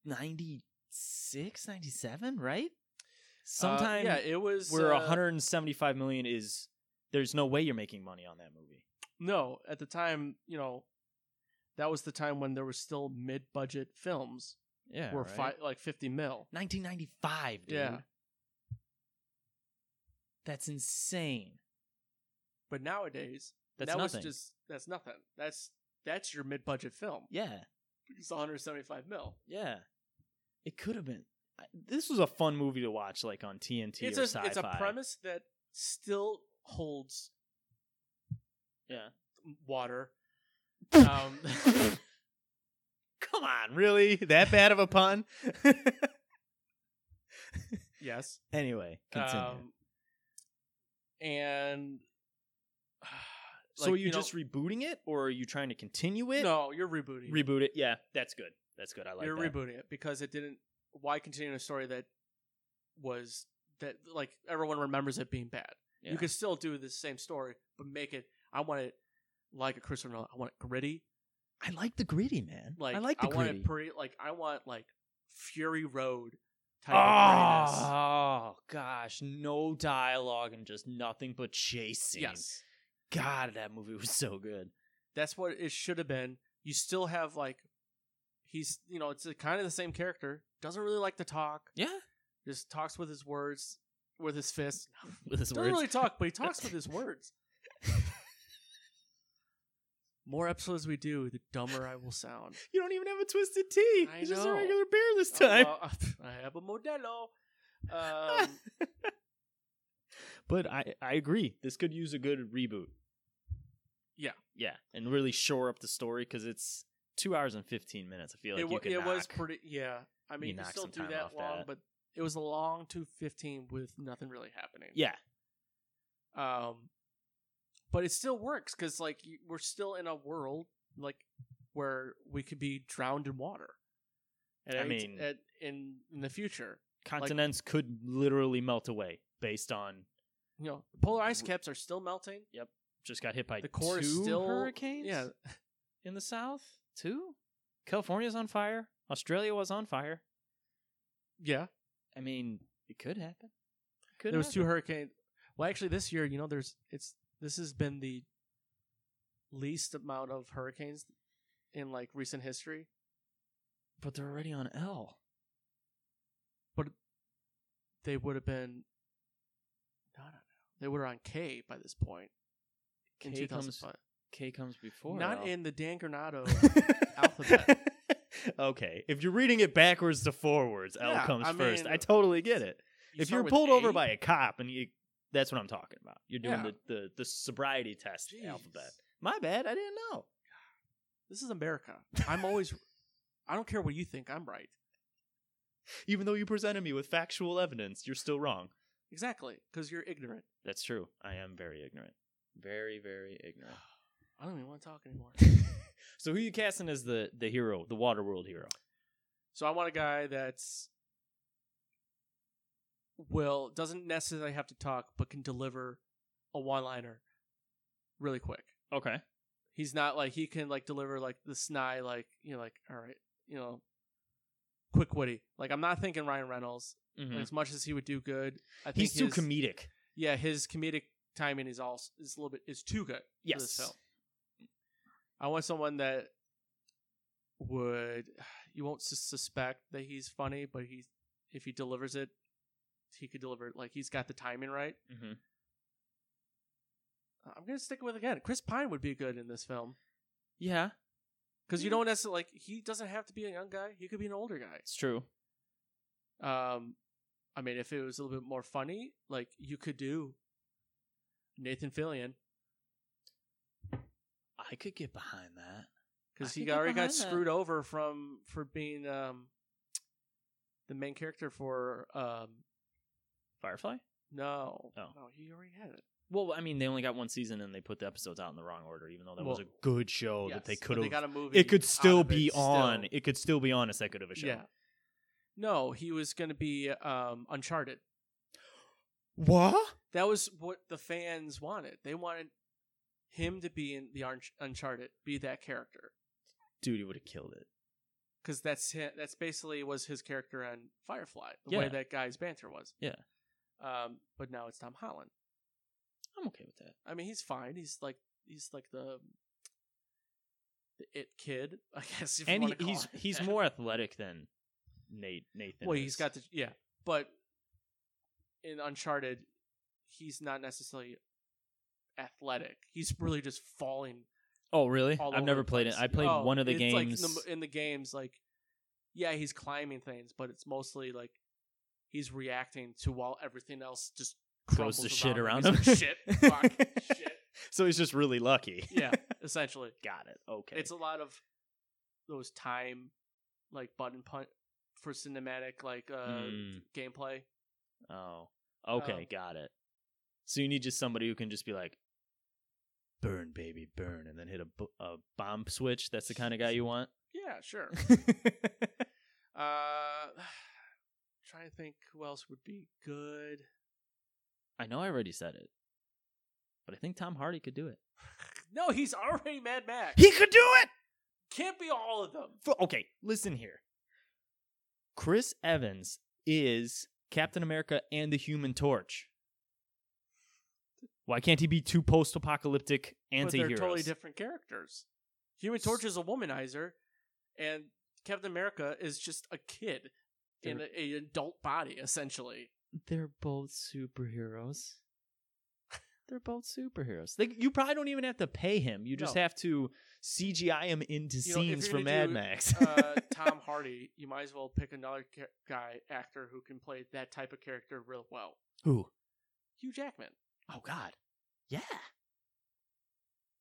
B: 96, 97, right?
A: Uh,
B: Sometime
A: yeah, it was.
B: where
A: uh,
B: 175 million is there's no way you're making money on that movie.
A: No, at the time, you know, that was the time when there was still mid budget films
B: Yeah.
A: were
B: right?
A: fi- like 50 mil.
B: 1995, dude.
A: Yeah.
B: That's insane.
A: But nowadays,
B: That's
A: that
B: nothing.
A: was just that's nothing. That's that's your mid budget film.
B: yeah.
A: It's 175 mil.
B: Yeah. It could have been I- this was a fun movie to watch like on TNT
A: It's
B: or
A: a
B: sci-fi.
A: it's a premise that still holds
B: Yeah.
A: water. Um,
B: Come on, really? That bad of a pun?
A: yes.
B: anyway, continue.
A: Um, and
B: so
A: like,
B: are you,
A: know-
B: just rebooting it or are you trying to continue it?
A: no, you're rebooting. it.
B: Reboot it. Yeah, that's good. That's good. I like
A: you're
B: that.
A: rebooting it because it didn't. Why continue a story that was that like everyone remembers it being bad?
B: Yeah.
A: You could still do the same story, but make it. I want it like a Christopher Nolan. I want it gritty.
B: I like the gritty, man.
A: Like
B: I like the
A: I want
B: gritty.
A: it pretty. Like I want like Fury Road type of greatness.
B: Oh gosh, no dialogue and just nothing but chasing.
A: Yes.
B: God, that movie was so good.
A: That's what it should have been. You still have like he's you know, it's kind of the same character. Doesn't really like to talk.
B: Yeah,
A: Just talks with his words, with his fists.
B: with his
A: Doesn't
B: words.
A: really talk, but he talks with his words. More episodes we do, the dumber I will sound.
B: you don't even have a twisted tea.
A: I
B: it's just a
A: know.
B: regular beer this time.
A: Oh, well, I have a Modelo. Um,
B: but I, I agree. This could use a good reboot.
A: Yeah.
B: yeah, and really shore up the story because it's two hours and fifteen minutes. I feel like
A: it
B: you
A: wa-
B: could
A: it was
B: knock-
A: pretty. Yeah, I mean, you,
B: knock
A: still
B: some
A: do
B: time
A: that
B: off
A: long,
B: that.
A: but it was a long two fifteen with nothing really happening.
B: Yeah,
A: Um, but it still works because like y- we're still in a world like where we could be drowned in water. At
B: I
A: any t-
B: mean-
A: at, in in the future,
B: continents could literally melt away based on
A: you know, polar ice
B: W-
A: caps are still melting.
B: just got hit by
A: The core is
B: two
A: still
B: hurricanes.
A: Yeah,
B: in the South too. California's on fire. Australia was on fire.
A: yeah.
B: I mean, it could happen. Could
A: there was two
B: happen.
A: hurricanes. Well, actually, this year, you know, there's it's this has been the least amount of hurricanes in like recent history.
B: but they're already on L.
A: They would have been, no, no, no, they were on K by this point in
B: K comes
A: 2005.
B: K comes before.
A: Not
B: L.
A: in the Dan Granado. alphabet.
B: okay, if you're reading it backwards to forwards, L
A: Yeah,
B: comes
A: I
B: first.
A: mean,
B: I totally get it.
A: You
B: if
A: start
B: you're
A: with
B: pulled
A: A?
B: over by a cop and you, that's what I'm talking about. You're doing
A: Yeah.
B: the, the the sobriety test
A: Jeez.
B: alphabet. My bad, I didn't know.
A: this is America. I'm always, I don't care what you think. I'm right.
B: Even though you presented me with factual evidence, you're still wrong.
A: Exactly, because you're ignorant.
B: That's true. I am very ignorant. Very, very ignorant.
A: I don't even want to talk anymore.
B: so who you casting as the the hero, the Waterworld hero?
A: So I want a guy that's will doesn't necessarily have to talk, but can deliver a one liner really quick.
B: Okay.
A: He's not like he can like deliver like the snide like you know like all right you know quick witty. Like I'm not thinking Ryan Reynolds
B: Mhm.
A: as much as he would do good. I think
B: He's too
A: his-
B: comedic.
A: Yeah, his comedic timing is all is a little bit is too good. for this
B: Yes.
A: film. I want someone that would you won't sus- suspect that he's funny, but he if he delivers it, he could deliver it. Like he's got the timing right.
B: Mhm.
A: Uh, I'm gonna stick with again. Chris Pine would be good in this film
B: Yeah,
A: because you
B: Yeah.
A: don't necessarily like he doesn't have to be a young guy. He could be an older guy.
B: it's true.
A: Um, I mean, if it was a little bit more funny, like you could do Nathan Fillion
B: I could get behind that.
A: because
B: I could
A: he
B: get
A: already got
B: behind that.
A: screwed over from for being um the main character for um
B: Firefly?
A: no
B: Oh.
A: no he already had it
B: Well, I mean, they only got one season and they put the episodes out in the wrong order, even though that was
A: Well,
B: a good show Oh, that they
A: Yes, but
B: could
A: they got
B: have.
A: a movie
B: It could
A: out
B: still
A: of it
B: be on.
A: still.
B: It could still be on a second of a show.
A: yeah no he was gonna be um Uncharted
B: What?
A: that was what the fans wanted they wanted him to be in the Unch- Uncharted be that character
B: Dude, he would have killed it.
A: because that's hi- that's basically was his character on Firefly the way
B: Yeah.
A: that guy's banter was
B: Yeah.
A: um but now it's Tom Holland.
B: I'm okay with that.
A: I mean, he's fine. He's like he's like the the it kid, I guess. If
B: and
A: you
B: he,
A: wanna call
B: he's
A: it
B: he's
A: that.
B: more athletic than Nate Nathan.
A: well.
B: is.
A: He's got the yeah, but in Uncharted, he's not necessarily athletic. He's really just falling.
B: Oh, really?
A: All
B: I've
A: over
B: never
A: the
B: played it.
A: place.
B: I played
A: Oh,
B: one of the
A: it's like in
B: games.
A: the- in the games, like yeah, he's climbing things, but it's mostly like he's reacting to while everything else just
B: Throws
A: crumbles
B: the shit around
A: He's like,
B: him.
A: shit, fuck, shit.
B: so he's just really lucky.
A: Yeah, essentially.
B: got it. Okay.
A: It's a lot of those time, like button punt for cinematic like uh
B: Mm,
A: gameplay.
B: oh, okay,
A: um,
B: got it. So you need just somebody who can just be like, burn, baby, burn, and then hit a, bu- a bomb switch. That's the kind of guy you want.
A: Yeah, sure. uh, trying to think who else would be good.
B: I know I already said it, but I think Tom Hardy could do it.
A: No, he's already Mad Max.
B: He could do it.
A: Can't be all of them.
B: F- Okay, listen here. Chris Evans is Captain America and the Human Torch. Why can't he be two post-apocalyptic
A: But they're
B: anti-heroes?
A: totally different characters. Human Torch is a womanizer, and Captain America is just a kid in a, a adult body, essentially.
B: They're both superheroes. They're both superheroes. Like you probably don't even have to pay him. You just
A: No.
B: have to CGI him into
A: You know, if
B: scenes
A: you're
B: from
A: gonna
B: Mad
A: do,
B: Max.
A: uh, Tom Hardy, you might as well pick another ca- guy actor who can play that type of character real well.
B: Who?
A: Hugh Jackman.
B: Oh God. Yeah.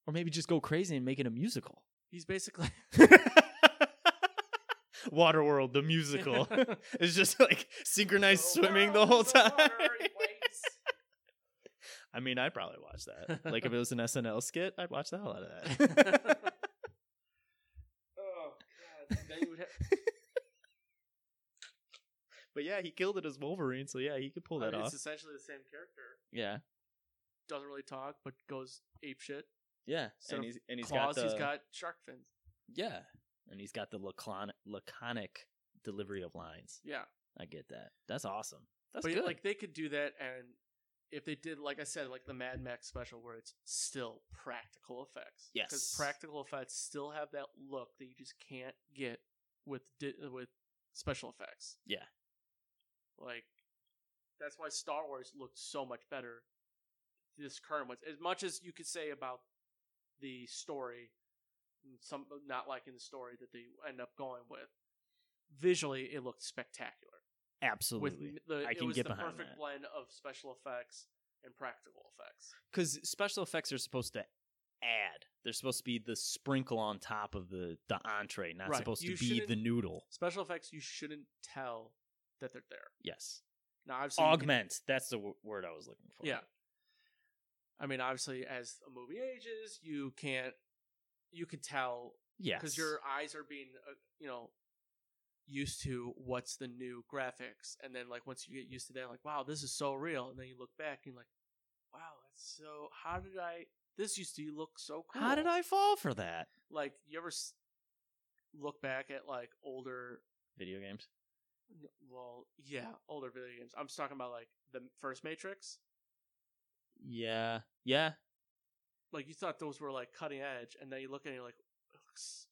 B: Or maybe just go crazy and make it a musical.
A: He's basically
B: Waterworld, the musical. it's just like synchronized
A: Oh,
B: swimming the whole
A: world is a
B: time.
A: water, it waves.
B: I mean, I'd probably watch that. Like if it was an SNL skit, I'd watch the hell out of that.
A: oh god! Then you would have,
B: but yeah, he killed it as Wolverine, so yeah, he could pull
A: I
B: that
A: mean,
B: off.
A: it's essentially the same character.
B: Yeah.
A: Doesn't really talk, but goes ape shit.
B: Yeah.
A: Instead
B: and
A: of
B: he's and he's
A: Claws,
B: got the
A: he's got shark fins.
B: Yeah. And he's got the laconic laconic delivery of lines.
A: Yeah,
B: I get that. That's awesome. That's
A: but
B: good.
A: like they could do that, and if they did, like I said, like the Mad Max special, where it's still practical effects.
B: Yes.
A: practical effects still have that look that you just can't get with di- with special effects.
B: Yeah.
A: like that's why Star Wars looked so much better. This current ones, as much as you could say about the story, and some not liking the story that they end up going with. Visually, it looked spectacular
B: Absolutely.
A: with the,
B: I
A: it
B: can
A: was
B: get
A: the
B: behind
A: perfect
B: that.
A: blend of special effects and practical effects.
B: because special effects are supposed to add. They're supposed to be the sprinkle on top of the the entree, not
A: Right.
B: supposed
A: You
B: to be the
A: shouldn't-
B: noodle.
A: Special effects you shouldn't tell that they're there.
B: Yes,
A: Now, obviously, you can-
B: augment. That's the w- word I was looking for.
A: Yeah. I mean, obviously, as a movie ages, you can't you can tell
B: yes.
A: because your eyes are being uh, you know used to what's the new graphics, and then like once you get used to that, like wow, this is so real, and then you look back and you're like, wow, that's so. How did I? This used to look so cool.
B: How did I fall for that?
A: like you ever s- look back at like older
B: Video games.
A: n- well yeah older video games i'm just talking about like the m- first matrix
B: Yeah, yeah.
A: like you thought those were like cutting edge and then you look at it and you're like it looks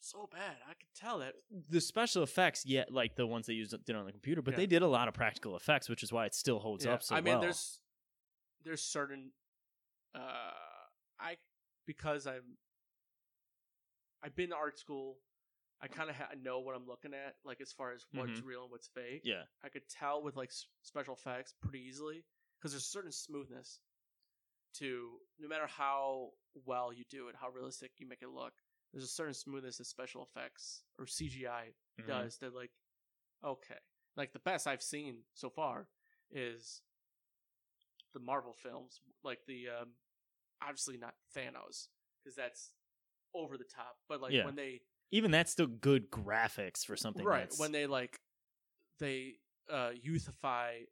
A: so bad i could tell that
B: The special effects, yeah, like the ones they used did on the computer, but
A: Yeah.
B: they did a lot of practical effects, which is why it still holds
A: Yeah,
B: up so
A: i mean
B: well.
A: there's there's certain uh i because i'm i've been to art school i kind of ha- know what i'm looking at like as far as what's
B: Mm-hmm.
A: real and what's fake
B: yeah,
A: I could tell with like s- special effects pretty easily because there's certain smoothness to no matter how well you do it, how realistic you make it look. There's a certain smoothness that special effects or CGI
B: Mhm.
A: does that like okay, like the best I've seen so far is the Marvel films, like the um, obviously not Thanos because that's over the top, but like
B: Yeah.
A: when they
B: Even that's still good graphics for something.
A: right
B: that's-
A: when they like they uh youthify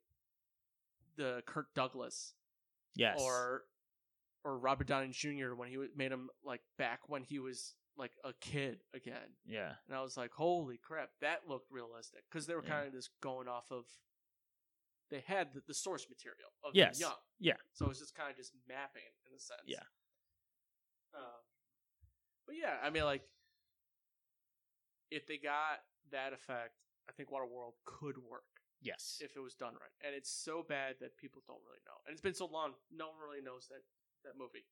A: the Kirk Douglas
B: yes,
A: or or Robert Downey Jr. when he wa- made him like back when he was like a kid again,
B: yeah,
A: and I was like, holy crap, that looked realistic because they were
B: Yeah.
A: kind of just going off of they had the, the source material of
B: Yes.
A: yes. young,
B: Yeah.
A: so it's just kind of just mapping in a sense,
B: Yeah.
A: Um, but yeah, I mean, like if they got that effect, I think Waterworld could work
B: yes,
A: if it was done right. And it's so bad that people don't really know. And it's been so long, no one really knows that that movie.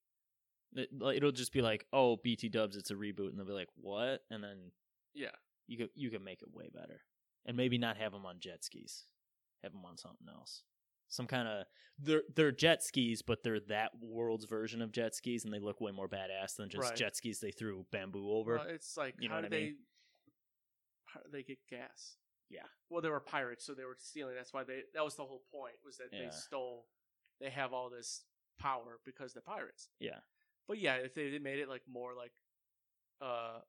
B: It- like, it'll just be like, oh, BT Dubs, it's a reboot, and they'll be like, what? And then
A: Yeah.
B: you could you could make it way better, and maybe not have them on jet skis, have them on something else, some kind of they're they're jet skis, but they're that world's version of jet skis, and they look way more badass than just
A: Right.
B: jet skis they threw bamboo over.
A: Well, it's like
B: you know
A: how
B: what
A: did
B: I
A: they
B: mean?
A: how did they get gas?
B: Yeah.
A: Well, they were pirates, so they were stealing. That's why they that was the whole point was that
B: Yeah.
A: they stole. They have all this power because they're pirates.
B: Yeah.
A: But yeah, if they made it like more like, uh,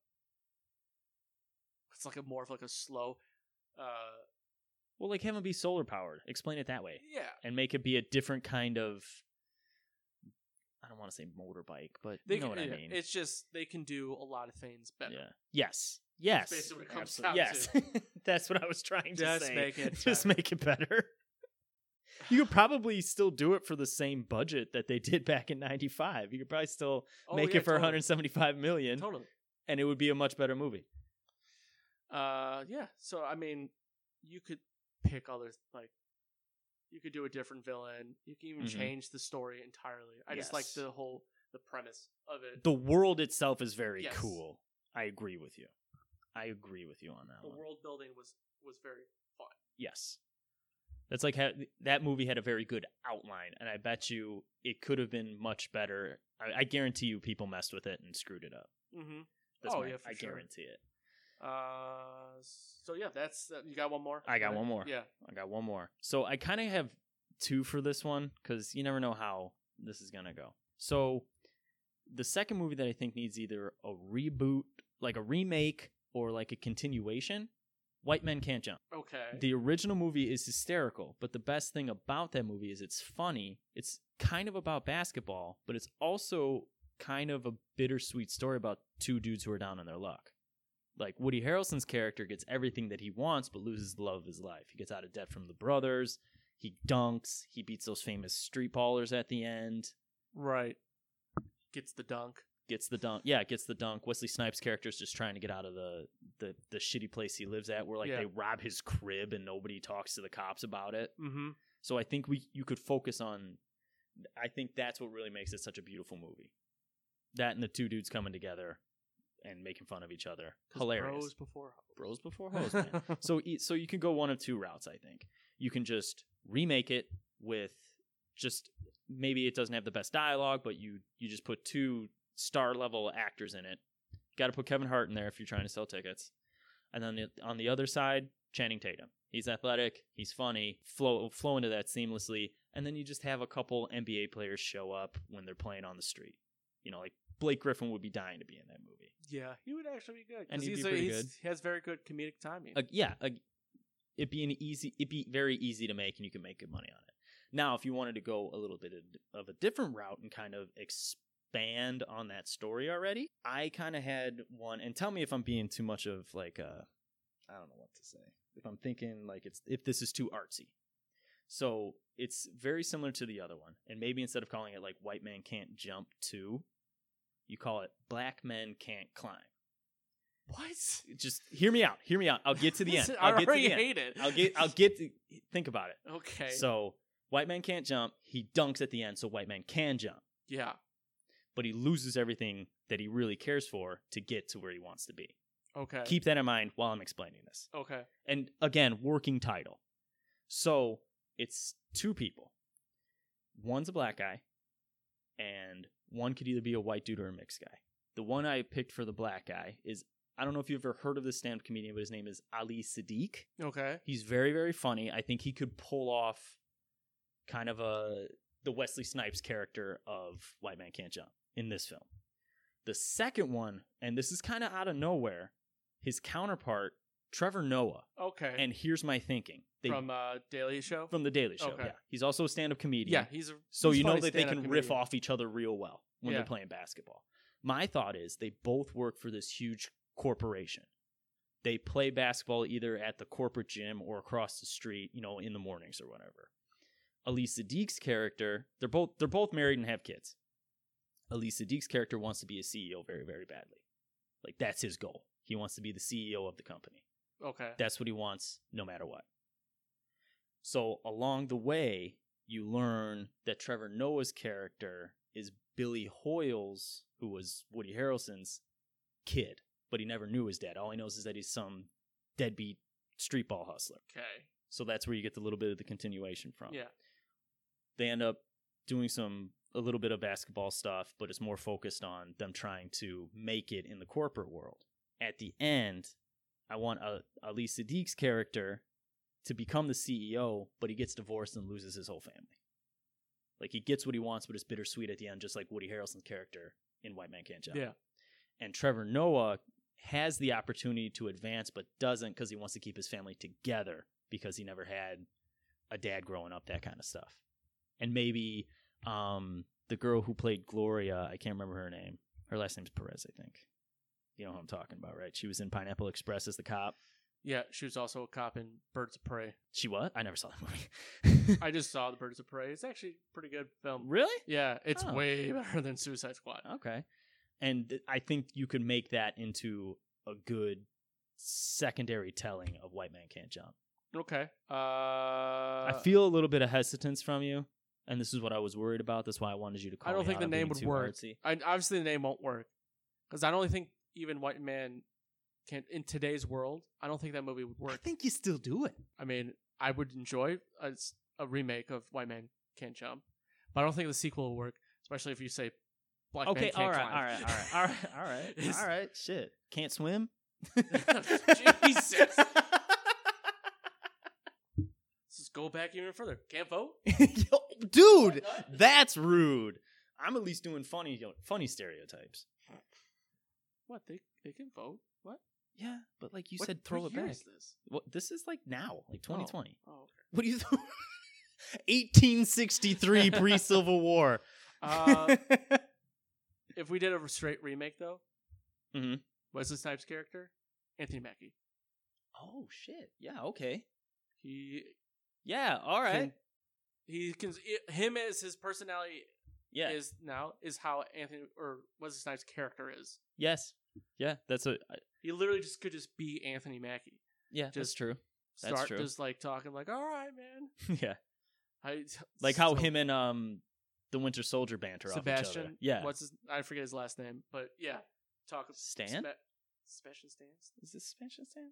A: it's like a more of like a slow, uh,
B: Well, like have them be solar powered. Explain it that way,
A: yeah.
B: and make it be a different kind of. I don't want to say motorbike, but
A: They
B: you know
A: can-
B: what I
A: yeah,
B: mean.
A: It's just they can do a lot of things better.
B: Yeah. Yes. Yes.
A: basically what it comes
B: Absol-
A: down
B: yes. That's what I was trying to
A: Just
B: say.
A: make it
B: Just
A: better.
B: make it better. You could probably still do it for the same budget that they did back in 95. You could probably still
A: Oh,
B: make
A: yeah,
B: it for
A: totally.
B: 175 million
A: Totally.
B: and it would be a much better movie.
A: Uh, yeah. So I mean, you could pick other like, you could do a different villain. You can even
B: Mhm.
A: change the story entirely. I just like
B: Yes.
A: the whole the premise of it.
B: The world itself is very
A: Yes.
B: cool. I agree with you. I agree with you on that.
A: The
B: one.
A: world building was was very fun.
B: Yes. That's like ha- that movie had a very good outline, and I bet you it could have been much better. I, I guarantee you, people messed with it and screwed it up.
A: Mm-hmm.
B: That's
A: Oh,
B: my-
A: yeah, for
B: I
A: sure.
B: guarantee it.
A: Uh, so yeah, that's uh, you got one more.
B: I got
A: Right?
B: one more.
A: Yeah.
B: I got one more. So I kind of have two for this one because you never know how this is gonna go. So the second movie that I think needs either a reboot, like a remake, or like a continuation, White Men Can't Jump.
A: Okay.
B: The original movie is hysterical, but the best thing about that movie is it's funny. It's kind of about basketball, but it's also kind of a bittersweet story about two dudes who are down on their luck. Like Woody Harrelson's character gets everything that he wants, but loses the love of his life. He gets out of debt from the brothers. He dunks. He beats those famous street ballers at the end.
A: right. Gets the dunk.
B: Gets the dunk. Yeah, gets the dunk. Wesley Snipes' character is just trying to get out of the the, the shitty place he lives at, where like
A: Yeah.
B: they rob his crib and nobody talks to the cops about it.
A: Mm-hmm.
B: So I think we you could focus on. I think that's what really makes it such a beautiful movie. That and the two dudes coming together and making fun of each other, hilarious.
A: Bros before.
B: Bros before hoes, man. so e- so you can go one of two routes. I think you can just remake it with just maybe it doesn't have the best dialogue, but you you just put two star level actors in it. Got to put Kevin Hart in there if you're trying to sell tickets. And then the- on the other side, Channing Tatum. He's athletic, he's funny, flow flow into that seamlessly, and then you just have a couple NBA players show up when they're playing on the street. You know, like Blake Griffin would be dying to be in that movie.
A: yeah, he would actually be good. 'cause
B: And he'd
A: he's
B: be
A: a-
B: pretty
A: he's- He has very good comedic timing.
B: Uh, yeah, uh, it'd be an easy, it'd be very easy to make, and you can make good money on it. Now, if you wanted to go a little bit of- of a different route and kind of expand on that story already, I kind of had one. And tell me if I'm being too much of like I I don't know what to say. If I'm thinking like it's if this is too artsy. So it's very similar to the other one, and maybe instead of calling it like "White Man Can't Jump 2, you call it "Black Men Can't Climb."
A: what?
B: Just hear me out. Hear me out. I'll get to the
A: This
B: end.
A: is- I
B: I'll get to
A: already
B: the end.
A: hate it.
B: I'll get. I'll get. To, think about it.
A: okay.
B: So white man can't jump. He dunks at the end, so white man can jump,
A: yeah.
B: but he loses everything that he really cares for to get to where he wants to be.
A: Okay.
B: Keep that in mind while I'm explaining this.
A: okay.
B: And again, working title. So it's two people. One's a black guy, and one could either be a white dude or a mixed guy. The one I picked for the black guy is I don't know if you've ever heard of this stand up comedian, but his name is Ali Sadiq.
A: Okay.
B: He's very, very funny. I think he could pull off kind of a the Wesley Snipes character of White Man Can't Jump in this film. The second one, and this is kind of out of nowhere, his counterpart, Trevor Noah.
A: Okay.
B: And here's my thinking. They,
A: from uh, Daily Show.
B: from the Daily Show.
A: Okay.
B: Yeah. He's also a stand-up comedian.
A: yeah, he's a
B: So
A: he's
B: you know
A: funny
B: that they can
A: stand-up
B: riff
A: comedian.
B: off each other real well when
A: Yeah.
B: they're playing basketball. My thought is they both work for this huge corporation. They play basketball either at the corporate gym or across the street, you know, in the mornings or whatever. Elisa Sadiq's character, they're both they're both married and have kids. Elisa Sadiq's character wants to be a CEO very, very badly. Like that's his goal. He wants to be the CEO of the company.
A: Okay.
B: That's what he wants, no matter what. So along the way, you learn that Trevor Noah's character is Billy Hoyle's, who was Woody Harrelson's kid, but he never knew his dad. All he knows is that he's some deadbeat street ball hustler.
A: Okay.
B: So that's where you get the little bit of the continuation from.
A: Yeah.
B: They end up doing some a little bit of basketball stuff, but it's more focused on them trying to make it in the corporate world. At the end, I want uh, Ali Sadiq's character to become the CEO, but he gets divorced and loses his whole family. Like he gets what he wants, but it's bittersweet at the end, just like Woody Harrelson's character in White Man Can't Jump.
A: Yeah.
B: And Trevor Noah has the opportunity to advance, but doesn't because he wants to keep his family together because he never had a dad growing up, that kind of stuff. And maybe um, the girl who played Gloria, I can't remember her name. Her last name's Perez, I think. You know who I'm talking about, right? She was in Pineapple Express as the cop.
A: Yeah, she was also a cop in Birds of Prey.
B: She what? I never saw that movie.
A: I just saw the Birds of Prey. It's actually a pretty good film.
B: really?
A: Yeah, it's
B: Oh.
A: way better than Suicide Squad.
B: Okay. And th- I think you could make that into a good secondary telling of White Man Can't Jump.
A: Okay. Uh, I Uh,
B: I feel a little bit of hesitance from you, and this is what I was worried about. That's why I wanted you to call
A: don't
B: me
A: think
B: out
A: the
B: on
A: name
B: being
A: would
B: too
A: work.
B: artsy.
A: I, obviously the name won't work because I don't think even White Man can in today's world. I don't think that movie would
B: I
A: work.
B: think you still do it.
A: I mean, I would enjoy a, s- a remake of White Man Can't Jump, but I don't think the sequel will work, especially if you say Black Man
B: okay,
A: Can't
B: all right, all
A: Climb.
B: right, all right, all right, all right,
A: It's-
B: all right. Shit, can't swim.
A: Jesus. Let's just go back even further. Can't vote.
B: Yo, dude, that's rude. I'm at least doing funny, yo, funny stereotypes.
A: What they they can vote? What
B: Yeah, but like you
A: What-
B: said, throw
A: what
B: it
A: year
B: back.
A: is this?
B: Well, this is like now, like 2020.
A: Oh, okay.
B: What do you? Th- 1863 pre Civil War.
A: Uh, if we did a straight remake though,
B: Mhm.
A: Wesley Snipes' character, Anthony Mackie,
B: oh shit! Yeah. Okay.
A: he
B: Yeah. All right.
A: Can- he can him as his personality
B: yeah.
A: is now is how Anthony or Wesley Snipes' character is.
B: yes. Yeah. That's a. I-
A: He literally just could just be Anthony Mackie.
B: Yeah. that's
A: Just-
B: true. That's
A: Start
B: true.
A: just like talking like, all right, man.
B: yeah.
A: I,
B: Like how
A: so-
B: him and um the Winter Soldier banter off each
A: Sebastian.
B: other. Yeah.
A: What's his? I forget his last name, but yeah, talk
B: Stan?
A: Spe- Sebastian Stan.
B: Is this Sebastian Stan?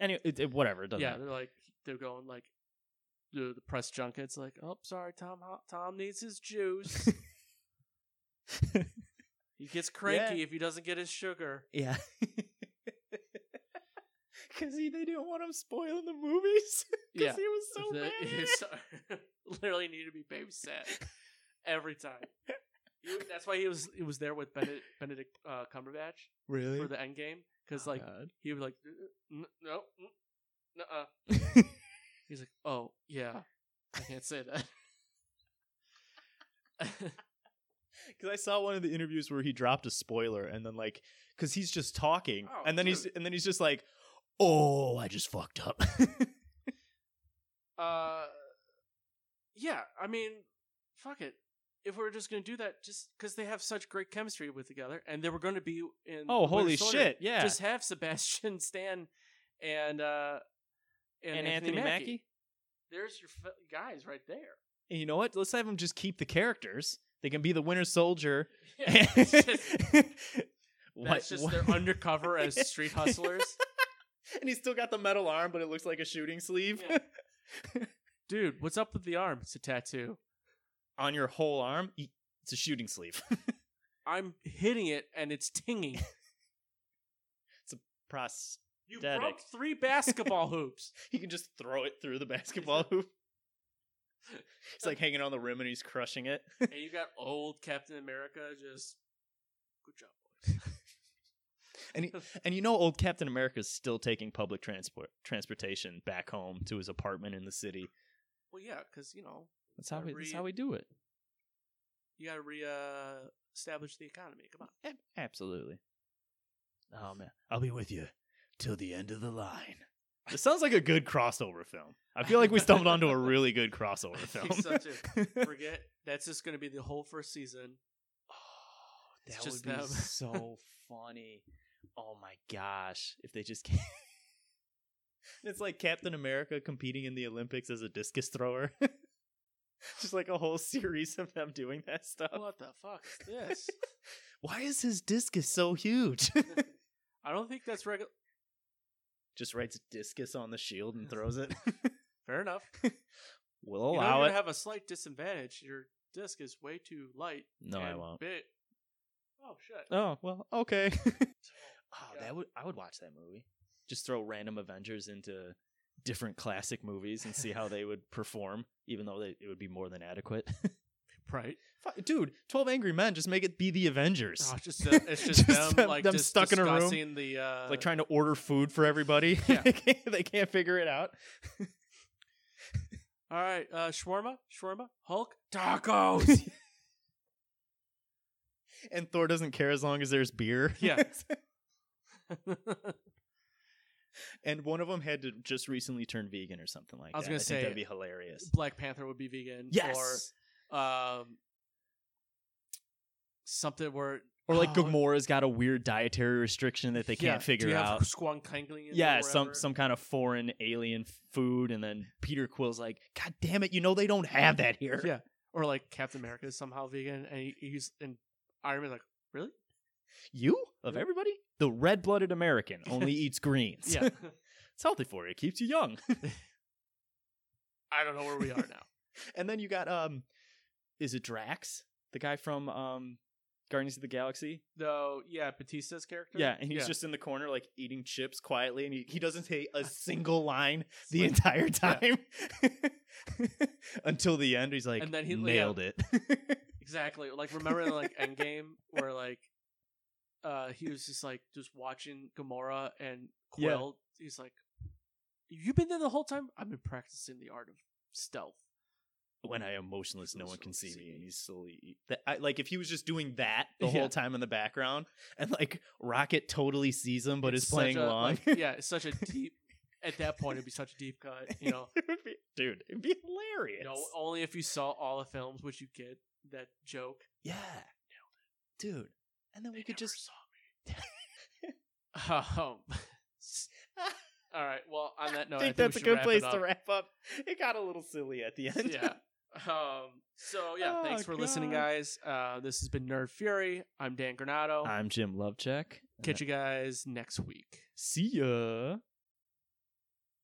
B: Anyway, it, it- whatever. It doesn't
A: yeah,
B: matter.
A: they're like they're going like the, the press junkets. Like, oh, sorry, Tom. Ho- Tom needs his juice. he gets cranky if he doesn't get his sugar.
B: Yeah. Because they didn't want him spoiling the movies.
A: Yeah,
B: he was so
A: The-
B: mad.
A: it's- literally need to be babysat every time. He- That's why he was he was there with Benedict, Benedict uh, Cumberbatch
B: really? Oh,
A: for the end game because like he was like, "N- no, no, uh. He's like, oh yeah, I can't say that.
B: Because I saw one of the interviews where he dropped a spoiler, and then like, because he's just talking,
A: Oh,
B: and then he's
A: dude.
B: and then he's just like, "Oh, I just fucked up."
A: uh, yeah, I mean, fuck it. If we are just gonna do that, just because they have such great chemistry with together, and they were going to be in.
B: oh,
A: Winter
B: holy
A: Soldier,
B: shit! Yeah,
A: Just have Sebastian Stan and uh and, Anthony, Mackie. There's your f- guys right there.
B: And you know what? Let's have him just keep the characters. They can be the Winter Soldier.
A: that's just,
B: What-
A: that's just
B: what-
A: they're undercover as street hustlers.
B: and he's still got the metal arm, but it looks like a shooting sleeve
A: Yeah. Dude, what's up with the arm? It's a tattoo.
B: on your whole arm. y- It's a shooting sleeve.
A: I'm hitting it and it's tinging.
B: Pros.
A: You
B: Dead
A: broke
B: egg.
A: three basketball hoops.
B: He can just throw it through the basketball hoop. It's like hanging on the rim and he's crushing it.
A: and you got old Captain America just good job, boys.
B: And he, and you know, old Captain America's still taking public transport transportation back home to his apartment in the city.
A: Well, yeah, because you know
B: That's how we.
A: Every-
B: That's how we do it.
A: you got to re uh, establish the economy. Come on.
B: Ab- Absolutely. Oh man, I'll be with you till the end of the line. This sounds like a good crossover film. I feel like we stumbled onto a really good crossover
A: I
B: film.
A: think so, too. Forget that's just going to be the whole first season.
B: Oh,
A: It's
B: that would
A: just
B: be
A: them.
B: so funny. Oh my gosh, if they just came. it's like Captain America competing in the Olympics as a discus thrower. just like a whole series of them doing that stuff.
A: What the fuck is this?
B: Why is his discus so huge?
A: I don't think that's regular.
B: just writes discus on the shield and throws it.
A: Fair enough.
B: we'll
A: You know
B: allow
A: you're
B: it.
A: gonna have a slight disadvantage. Your disc is way too light.
B: no, I
A: and
B: won't.
A: big. Oh shit.
B: Oh well, okay. Oh,
A: Yeah.
B: that would I would watch that movie. Just throw random Avengers into different classic movies and see how they would perform, even though they, it would be more than adequate.
A: Right.
B: Fu- Dude, Twelve Angry Men, just make it be the Avengers,
A: Oh, it's just uh, it's just,
B: Just
A: them
B: them-
A: like
B: them
A: just
B: stuck in a room.
A: discussing The uh,
B: like trying to order food for everybody.
A: Yeah.
B: they, can't, they can't figure it out.
A: all right, uh, shawarma, shawarma, Hulk, tacos.
B: and Thor doesn't care as long as there's beer.
A: Yeah.
B: and one of them had to just recently turn vegan or something like that.
A: I was gonna
B: think that'd
A: say-
B: be hilarious.
A: Black Panther would be vegan.
B: Yes,
A: Or um, something where
B: or, like
A: Oh.
B: Gamora's got a weird dietary restriction that they
A: Yeah,
B: can't
A: do
B: figure
A: you have
B: out.
A: Squan Kangling. in
B: yeah,
A: there,
B: some
A: wherever?
B: some kind of foreign alien food, and then Peter Quill's like, "God damn it, you know they don't have that here."
A: Yeah, or like Captain America is somehow vegan, and he, he's and Iron Man's like, really?
B: You of
A: Yeah.
B: everybody, the red-blooded American only eats greens.
A: Yeah,
B: it's healthy for you; it keeps you young.
A: I don't know where we are now.
B: and then you got um, is it Drax, the guy from um, Guardians of the Galaxy?
A: Though, yeah, Batista's character.
B: Yeah, and he's
A: Yeah.
B: just in the corner like eating chips quietly, and he, he doesn't say a single line the
A: like-
B: entire time until the end. He's like,
A: And then he- yeah.
B: nailed it.
A: exactly like remember in like Endgame where like uh he was just like just watching Gamora and
B: Yeah.
A: Quill. He's like, you've been there the whole time. I've been practicing the art of stealth.
B: when I am motionless, no one can see me,
A: me.
B: and he's slowly eat- that, I, like if he was just doing that the
A: Yeah.
B: whole time in the background, and like Rocket totally sees him but
A: It's
B: is
A: such
B: playing
A: a,
B: along.
A: like, yeah, it's such a deep. At that point, it'd be such a deep cut. You know, oh.
B: it would be, dude, it'd be hilarious.
A: you know, only if you saw all the films would you get that joke.
B: yeah, dude, and then we
A: They
B: could
A: never
B: just
A: saw me. um, s- all right. Well, on that note, I think,
B: that's
A: we should
B: a good
A: wrap it
B: place
A: up.
B: to wrap up. It got a little silly at the end.
A: yeah. Um, so yeah, thanks
B: Oh,
A: for listening,
B: God.
A: guys. Uh, this has been Nerd Fury. I'm Dan Granado.
B: I'm Jim Lovecheck.
A: Catch you guys next week.
B: See ya.